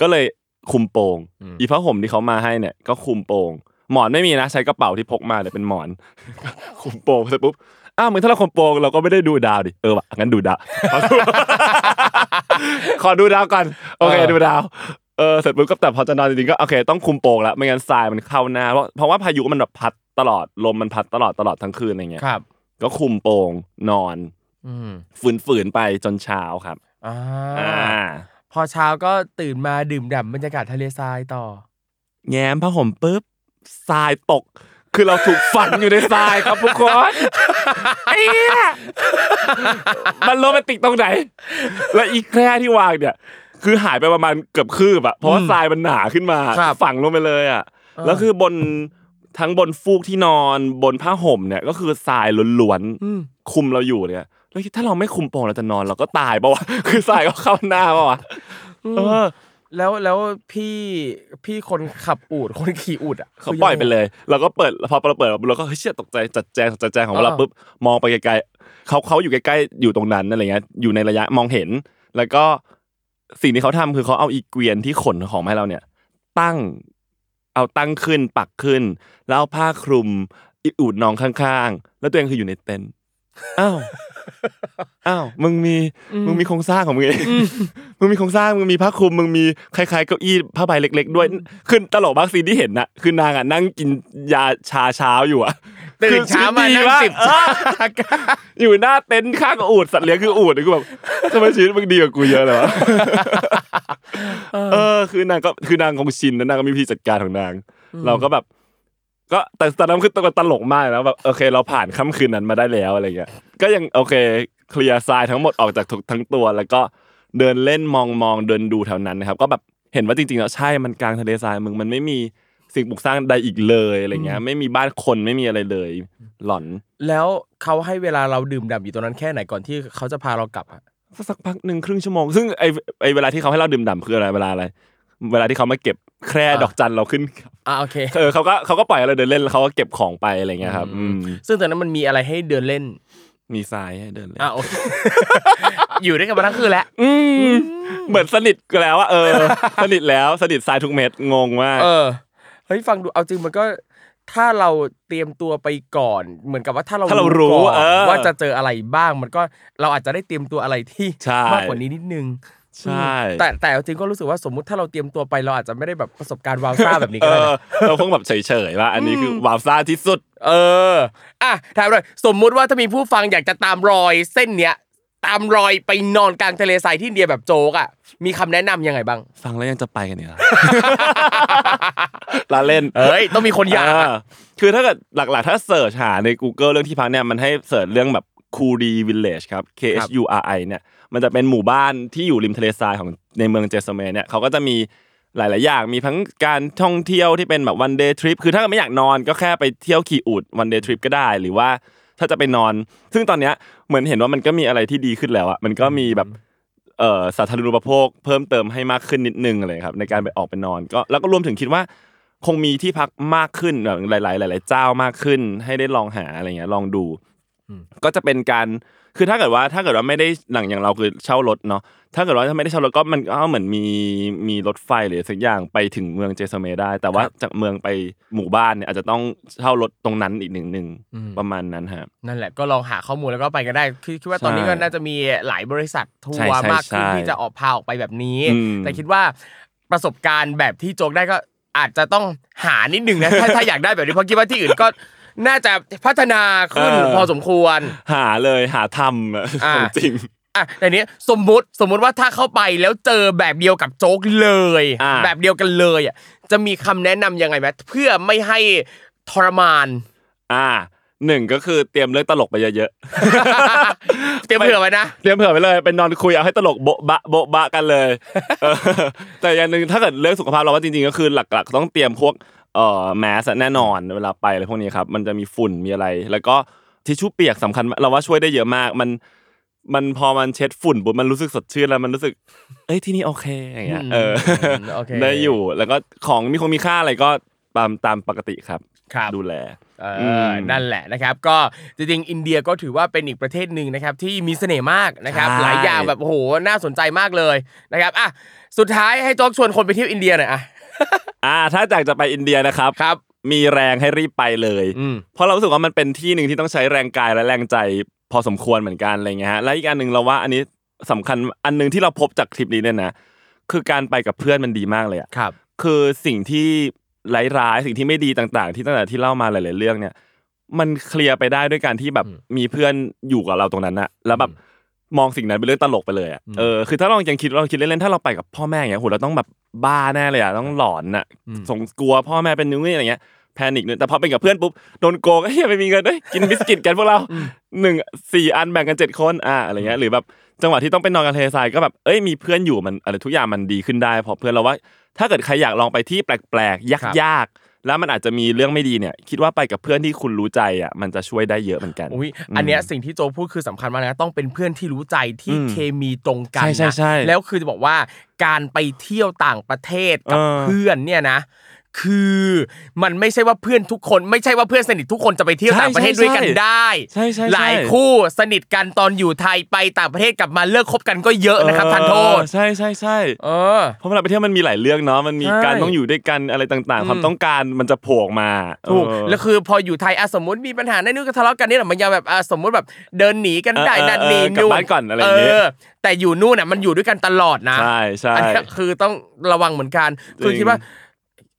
Speaker 3: ก็เลยคุมโปงอีผ้าห่มที่เขามาให้เนี่ยก็คุมโปงหมอนไม่มีนะใช้กระเป๋าที่พกมาเลยเป็นหมอน คุมโปงเสร็จปุ๊บอ้าวเหมือนถ้าเราคุมโปงเราก็ไม่ได้ดูดาวดิเออว่ะงั้นดูดาว ขอดูดาวก่อนโอเค
Speaker 2: เออ
Speaker 3: ดูดาวเออเสร็จปุ๊บก็แต่พอจะนอนจริงๆก็โอเคต้องคุมโปงละไม่งั้นทรายมันเข้าหน้าเพราะเพราะว่าพายุมันแบบพัดตลอดลมมันพัดตลอดตลอดทั้งคืนอะไรเงี้ย
Speaker 2: ครับ
Speaker 3: ก็คุมโปงนอน
Speaker 2: อืม
Speaker 3: ฝืนๆไปจนเช้าครับ
Speaker 2: อ่า
Speaker 3: อ่า
Speaker 2: พอเช้าก็ตื่นมาดื่มด่ำบรรยากาศทะเลทรายต่อ
Speaker 3: แง้มผ้าห่มปุ๊บทรายตก คือเราถูกฝังอยู่ในทรายครับทุกคน ไอ้เหี้ยมันโรแมนติกตรงไหน และอีแคร่ที่วางเนี่ย คือหายไปประมาณเกือบคืบอะเพราะว่าทรายมันหนาขึ้นมา
Speaker 2: ครับ
Speaker 3: ฝังลงไปเลยอะแล้วคือบนทั้งบนฟูกที่นอนบนผ้าห่มเนี่ย ก็คือทรายล้วน
Speaker 2: อืม
Speaker 3: ๆคุมเราอยู่เนี่ยแล้วถ้าเราไม่คุมโปงเราจะนอนเราก็ตายปะวะ คือทรายก็เข้าหน้าปะวะเออ
Speaker 2: แล้วแล้วพี่พี่คนขับอูดคนขี่อูดอ่ะ
Speaker 3: เขา
Speaker 2: คื
Speaker 3: ปล่อยไป
Speaker 2: ง
Speaker 3: เลย เราก็เปิดพอเราเปิดเราก็เฮ้ยเชี่ยตกใจจัดแจงจัดแจงของเรา
Speaker 2: อ่า
Speaker 3: ปุ๊บมองไปไกลๆเขาเขาอยู่ใกล้ๆอยู่ตรงนั้นอะไรเงี้ยอยู่ในระยะมองเห็น แล้วก็สิ่งที่เขาทำคือเขาเอาอีเกวียนที่ขนของมาให้เราเนี่ย ตั้งเอาตั้งขึ้นปักขึ้น แล้วเอาผ้าคลุมอีอูดนองข้างๆ แล้วตัวเองคืออยู่ในเต็นท์อ้าว อ้าวมึงมีมึงมีโครงสร้างของมึงเองมึงมีโครงสร้างมึงมีผ้าคลุมมึงมีคล้ายๆเก้าอี้ผ้าใบเล็ก ๆ ด้วยคือตลกมากซีนที่เห็นน่ะคือนางอ่ะนั่งกินยาชาเช้าอยู่อ่ะ
Speaker 2: ตื่นเช้ามา
Speaker 3: คือ
Speaker 2: นั่ง
Speaker 3: ชีวิตดีก
Speaker 2: สิบ
Speaker 3: เออ อยู่หน้าเต็นท์ข้างอูดสัตว์เลี้ยงคืออูดกูแบบทำไมชีวิตมึงดีกว่ากูเยอะเลยวะเออ คือนางก็คือนางคงชินนะนางก็มีวิธีจัดการของนาง เราก็แบบ ก็แต่ตอนนั้นคือตัวตลกมากนะแบบโอเค เราผ่านค่ำคืนนั้นมาได้แล้วอะไรเงี้ยก็ยังโอเค เคลียร์ทรายทั้งหมดออกจากทุกทั้งตัว แล้วก็เดินเล่นมองมองเดินดูแถวนั้นนะครับ ก็แบบเห็นว่าจริงๆแล้วใช่มันกลางทะเลทรายมึงมันไม่มีสิ่งปลูกสร้างใดอีกเลยอะไรเงี้ย ไม่มีบ้านคนไม่มีอะไรเลย หลอน
Speaker 2: แล้วเขาให้เวลาเราดื่มด่ำอยู่ตรงนั้นแค่ไหนก่อนที่เขาจะพาเรากลับอะ
Speaker 3: สักพักหนึ่งครึ่งชั่วโมง ซึ่งไอไอเวลาที่เขาให้เราดื่มด่ำคืออะไรเวลาอะไร เวลาที่เขามาเก็บแคร่ดอกจันเราขึ้น
Speaker 2: อ่าโอเค
Speaker 3: เออเขาก็เขาก็ปล่อยเราเดินเล่นแล้วเขาก็เก็บของไปอะไรเงี้ยครับอืม
Speaker 2: ซึ่งตอนนั้นมันมีอะไรให้เดินเล่น
Speaker 3: มีทรายให้เดินเล่น
Speaker 2: อ่าโอเค อยู่ด้วยกันมาทั้งคืนแล้ว
Speaker 3: อืมเหมือนสนิทกันแล้วอะเอ อ สนิทแล้วสนิททรายทุกเม็ดงงมาก
Speaker 2: เออเฮ้ยฟังดูเอาจริงมันก็ ถ้าเราเตรียมตัวไปก่อน เหมือนกับว่าถ้าเรา
Speaker 3: ถ้าเรารู้
Speaker 2: ก่อน
Speaker 3: เออ
Speaker 2: ว่าจะเจออะไรบ้าง มันก็เราอาจจะได้เตรียมตัวอะไรที่
Speaker 3: ใช่
Speaker 2: มากกว่านี้นิดนึง
Speaker 3: ใช่
Speaker 2: แต่แต่เอาจริงก็รู้สึกว่าสมมุติถ้าเราเตรียมตัวไปเราอาจจะไม่ได้แบบประสบการณ์วาวซ่าแบบนี้
Speaker 3: เอ
Speaker 2: ก็ได้
Speaker 3: อ
Speaker 2: นะ
Speaker 3: เราคงแบบเฉยๆว่าอันนี้คือวาวซ่าที่สุด
Speaker 2: เอออ่ะถามเลยสมมุติว่าถ้ามีผู้ฟังอยากจะตามรอยเส้นเนี้ยตามรอยไปนอนกลางทะเลทรายที่อินเดียแบบโจกอ่ะมีคำแนะนำยังไงบ้าง
Speaker 3: ฟังแล้วยังจะไปกันอีกเหรอ ลาเล่น
Speaker 2: เอ้ยต้องมีคนอยาก
Speaker 3: เ
Speaker 2: อะ
Speaker 3: คือถ้าเกิดหลักๆ ถ้าเสิร์ชหาใน Google เรื่องที่พักเนี่ยมันให้เสิร์ชเรื่องแบบคูรีวิลเลจครับ K
Speaker 2: ครั
Speaker 3: H
Speaker 2: บ
Speaker 3: U R I เนี่ยมันจะเป็นหมู่บ้านที่อยู่ริมทะเลทรายของในเมืองเจสเมนเนี่ยเขาก็จะมีหลาย ๆ อย่างมีทั้งการท่องเที่ยวที่เป็นแบบวันเดย์ทริปคือถ้าไม่อยากนอนก็แค่ไปเที่ยวขี่อูดวันเดย์ทริปก็ได้ หรือว่าถ้าจะไปนอน ซึ่งตอนเนี้ยเหมือนเห็นว่ามันก็มีอะไรที่ดีขึ้นแล้วอะมันก็มีแบบ เอ่อสาธารณูปโภคเพิ่มเติมให้มากขึ้นนิดนึงอะไรครับ ในการไปออกไปนอนก็แล้วก็รวมถึงคิดว่า คงมีที่พักมากขึ้นแบบหลาย ๆ หลาย ๆ เจ้ามากขึ้น ให้ได้ลองหาอะไรเงี้ยลองดู ก็จะเป็นการคือถ้าเกิดว่าถ้าเกิดว่าไม่ได้หลังอย่างเราคือเช่ารถเนาะถ้าเกิดว่าถ้าไม่ได้เช่ารถก็มันก็เหมือนมีมีรถไฟหรือสักอย่างไปถึงเมืองเจสเมได้ แต่ว่าจากเมืองไปหมู่บ้านเนี่ยอาจจะต้องเช่ารถตรงนั้นอีกหนึ่งหนึ่ง
Speaker 2: อืม
Speaker 3: ประมาณนั้นฮะ
Speaker 2: นั่นแหละก็ลองหาข้อมูลแล้วก็ไปกันได้คือคิดว่า
Speaker 3: ใช่
Speaker 2: ตอนนี้ก็น่าจะมีหลายบริษัททั
Speaker 3: ใช่
Speaker 2: วร์
Speaker 3: ใช่
Speaker 2: มากขึ้น
Speaker 3: ใช่
Speaker 2: ที่จะออกพาออกไปแบบนี้
Speaker 3: อืม
Speaker 2: แต่คิดว่าประสบการณ์แบบที่โจกได้ก็อาจจะต้องหานิดหนึ่งนะ ถ้าถ้าอยากได้แบบนี้เพราะคิดว่าที่อื่นก็น่าจะพัฒนาขึ้นพอสมควร
Speaker 3: หาเลยหาทำอะ
Speaker 2: อ่า
Speaker 3: ของจริง
Speaker 2: อ่ะแต่เนี้ยสมมุติสมมุติว่าถ้าเข้าไปแล้วเจอแบบเดียวกับโจ๊กเลย
Speaker 3: อ่า
Speaker 2: แบบเดียวกันเลยอ่ะจะมีคำแนะนำยังไงไหมเพื่อไม่ให้ทร มาน
Speaker 3: อ่าหนึ่งก็คือเตรียมเรื่องตลกไปเยอะๆ
Speaker 2: เตรียมเผื่อไว้นะ
Speaker 3: เตรียมเผื่อไปเลยเป็นนอนคุยเอาให้ตลกโบ๊ะบะโบ๊ะบะกันเลย เออแต่อย่างหนึ่งถ้าเกิดเรื่องสุขภาพเราว่าจริงๆก็คือหลักๆ ต้องเตรียมพวกเอ่อแมสแน่นอนเวลาไปอะไรพวกนี้ครับ มันจะมีฝุ่นมีอะไร แล้วก็ทิชชู่เปียกสำคัญมากเราว่าช่วยได้เยอะมาก มันมันพอมันเช็ดฝุ่นปุ๊บมันรู้สึกสดชื่นแล้วมันรู้สึก เอ้ยที่นี่โอเคอย่างเงี้ยเออ
Speaker 2: มโอเค
Speaker 3: ได้อยู่แล้วก็ของมีคงมีค่าอะไรก็ตามตามปกติครับ
Speaker 2: ครับ
Speaker 3: ดูแล
Speaker 2: เออ
Speaker 3: ม
Speaker 2: อนั่นแหละนะครับ ก็จริงๆอินเดียก็ถือว่าเป็นอีกประเทศหนึ่งนะครับที่มีเสน่ห์มากนะครับ
Speaker 3: ใช่
Speaker 2: หลายอย่างแบบโอ้โหน่าสนใจมากเลยนะครับอ่ะสุดท้ายให้โจ๊กชวนคนไปเที่ยวอินเดียหน่อยอ่ะ
Speaker 3: อ่าถ้าจากจะไปอินเดียนะครับ
Speaker 2: ครับ
Speaker 3: มีแรงให้รีบไปเลย
Speaker 2: อืม
Speaker 3: เพราะเรารู้สึกว่ามันเป็นที่หนึ่งที่ต้องใช้แรงกายและแรงใจพอสมควรเหมือนกันอะไรเงี้ยฮะและอีกอันหนึ่งเราว่าอันนี้สำคัญอันหนึ่งที่เราพบจากทริปนี้เนี่ยนะคือการไปกับเพื่อนมันดีมากเลยอะ
Speaker 2: ครับ
Speaker 3: คือสิ่งที่ร้ายๆสิ่งที่ไม่ดีต่างๆ ที่ตั้งแต่ที่เล่ามาหลาย ๆ เรื่องเนี่ย มันเคลียร์ไปได้ด้วยการที่แบบมีเพื่อนอยู่กับเราตรงนั้นอะแล้วแบบมองสิ่งนั้นเป็นเรื่องตลกไปเลยอะเออคือถ้าเรายังคิดเราคิดเล่นๆถ้าเราไปกับพ่อแม่อย่างเงี้ยโหเราต้องแบบบ้าแน่เลยอะต้องหลอนอะสงกลัวพ่อแม่เป็นนู้นนี่อะไรเงี้ยแพนิคเนี่ยแต่พอเป็นกับเพื่อนปุ๊บโดนโกงเฮ้ยไม่มีเงินเฮ้ยกินบิสกิตกันพวกเราหนึ่งสี่อันแบ่งกันเจ็ดคนอ่ะอะไรเงี้ยหรือแบบจังหวะที่ต้องไปนอนกันเททรายก็แบบเอ้ยมีเพื่อนอยู่มันอะไรทุกอย่างมันดีขึ้นได้เพราะเพื่อนเราว่า ถ้าเกิดใครอยากลองไปที่แปลกๆยาก ยากแล้วมันอาจจะมีเรื่องไม่ดีเนี่ย คิดว่าไปกับเพื่อนที่คุณรู้ใจอ่ะมันจะช่วยได้เยอะเหมือนกัน
Speaker 2: อุ้ยอันเนี้ยสิ่งที่โจพูดคือสำคัญมากนะต้องเป็นเพื่อนที่รู้ใจที่
Speaker 3: อืม
Speaker 2: เคมีตรงกัน
Speaker 3: ใช่ใช่
Speaker 2: นะ
Speaker 3: ใช่
Speaker 2: แล้วคือจะบอกว่าการไปเที่ยวต่างประเทศกับ
Speaker 3: เออ
Speaker 2: เพื่อนเนี่ยนะ คือมันไม่ใช่ว่าเพื่อนทุกคนไม่ใช่ว่าเพื่อนสนิททุกคนจะไปเที่ยว
Speaker 3: ใช่
Speaker 2: ต่างประเทศด้วยกัน
Speaker 3: ใช่
Speaker 2: ได้
Speaker 3: ใช่ใช่ใช่
Speaker 2: หลายคู่สนิทกันตอนอยู่ไทยไปต่างประเทศกลับมาเลิกคบกันก็เยอะนะครับท่านโทษ
Speaker 3: เออใช่ใช่ใช่
Speaker 2: เออ
Speaker 3: เพราะเวลาไปเที่ยวมันมีหลายเรื่องเนาะ มันมี
Speaker 2: ใช่
Speaker 3: การต้องอยู่ด้วยกันอะไรต่างๆ ความต้องการมันจะโผล่ออกมา
Speaker 2: ถูก
Speaker 3: เออ
Speaker 2: แล้วคือพออยู่ไทยอ่ะสมมติมีปัญหาในนนู่นก็ทะเลาะกันนี่แหละมันยังแบบอ่ะสมมติแบบเดินหนีกันได้
Speaker 3: เออ
Speaker 2: นั่นนี่
Speaker 3: เออกลับ
Speaker 2: นู่น
Speaker 3: บ้านก่อนอะไรอย่างเงี้ย
Speaker 2: แต่อยู่นู่นน่ะมันอยู่ด้วยกันตลอดนะ
Speaker 3: ใช่ใช่
Speaker 2: อันนี้คือต้องระวังเหมือนกัน คือ
Speaker 3: จริง
Speaker 2: คิดว่า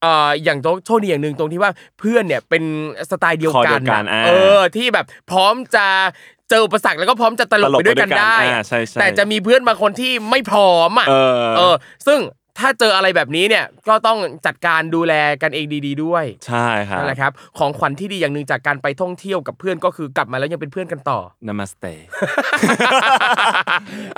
Speaker 2: เอ่ออย่างโชคโชคดีอย่างหนึ่งตรงที่ว่าเพื่อนเนี่ยเป็นสไตล์เดียว
Speaker 3: คอ
Speaker 2: กั
Speaker 3: เดี
Speaker 2: น
Speaker 3: ยวกัน
Speaker 2: น่ะ
Speaker 3: อ่า
Speaker 2: เออที่แบบพร้อมจะเจออุปสรรคแล้วก็พร้อมจะตลกไปด้วยกันได้
Speaker 3: อ่าใช่ใช่
Speaker 2: แต่จะมีเพื่อนบางคนที่ไม่พร้อมอ่ะ
Speaker 3: เออ
Speaker 2: เออ ซึ่งถ้าเจออะไรแบบนี้เนี่ยก็ต้องจัดการดูแลกันเองดี ๆ ด้วย
Speaker 3: ใช่ครับ
Speaker 2: นั่นแหละครับของขวัญที่ดีอย่างหนึ่งจากการไปท่องเที่ยวกับเพื่อนก็คือกลับมาแล้วยังเป็นเพื่อนกันต่อ
Speaker 3: นามาสเต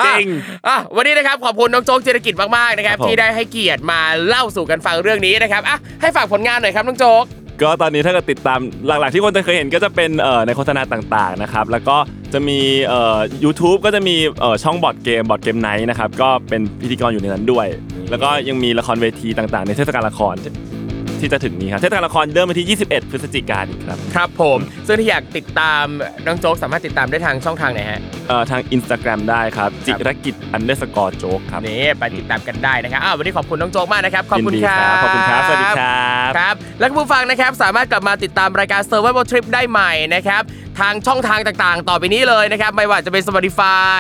Speaker 3: จริง
Speaker 2: อ่ะวันนี้นะครับขอบคุณน้องโจ๊กเจรกิจมากๆนะครับ
Speaker 3: ครับผม
Speaker 2: ที่ได้ให้เกียรติมาเล่าสู่กันฟังเรื่องนี้นะครับอ่ะให้ฝากผลงานหน่อยครับน้องโจ๊ก
Speaker 3: ก็ตอนนี้ถ้าเกิดติดตามหลักๆที่คนจะเคยเห็นก็จะเป็นเอ่อในโฆษณาต่างๆนะครับแล้วก็จะมีเอ่อ YouTube ก็จะมีเอ่อช่องบอร์ดเกมบอร์ดเกมไนท์นะครับก็เป็นพิธีกรอยู่ในนั้นด้วย แล้วก็ยังมีละครเวทีต่างๆ ในเทศกาลละครที่ที่จะถึงนี้ครับเทศกาลละครเริ่มวันที่ 21 พฤศจิกายนครับ
Speaker 2: ครับผมซึ่งที่อยากติดตามน้องโจ๊กสามารถติดตามได้ทางช่องทางไหนฮะ
Speaker 3: เอ่อทาง Instagram ได้ครับจิรกิจอันเดอร์สกอร์โจ๊กครับ
Speaker 2: นี่ไปติดตามกันได้นะครับอ้าววันนี้ขอบคุณน้องโจ๊กมากนะครับขอบคุณ
Speaker 3: ยินดี
Speaker 2: ครับ
Speaker 3: ขอบคุณครับ สวัสดีครับ
Speaker 2: ครับและคุณผู้ฟังนะครับสามารถกลับมาติดตามรายการ Survival Trip ได้ใหม่นะครับทางช่องทางต่างๆ ต่อไปนี้เลยนะครับ ไม่ว่าจะเป็น Spotify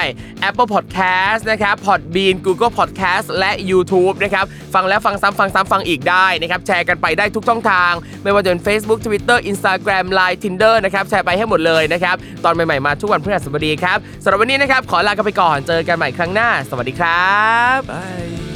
Speaker 2: Apple Podcast นะครับ Podbean Google Podcast และ YouTube นะครับฟังแล้วฟังซ้ำฟังซ้ำฟังอีกได้นะครับแชร์กันไปได้ทุกช่องทาง ไม่ว่าจะเป็น Facebook Twitter Instagram Line Tinder นะครับแชร์ไปให้หมดเลยนะครับ ตอนใหม่ๆมาทุกวันพฤหัสบดีครับสำหรับวันนี้นะครับขอลากันไปก่อนเจอกันใหม่ครั้งหน้า สวัสดีครับ
Speaker 3: Bye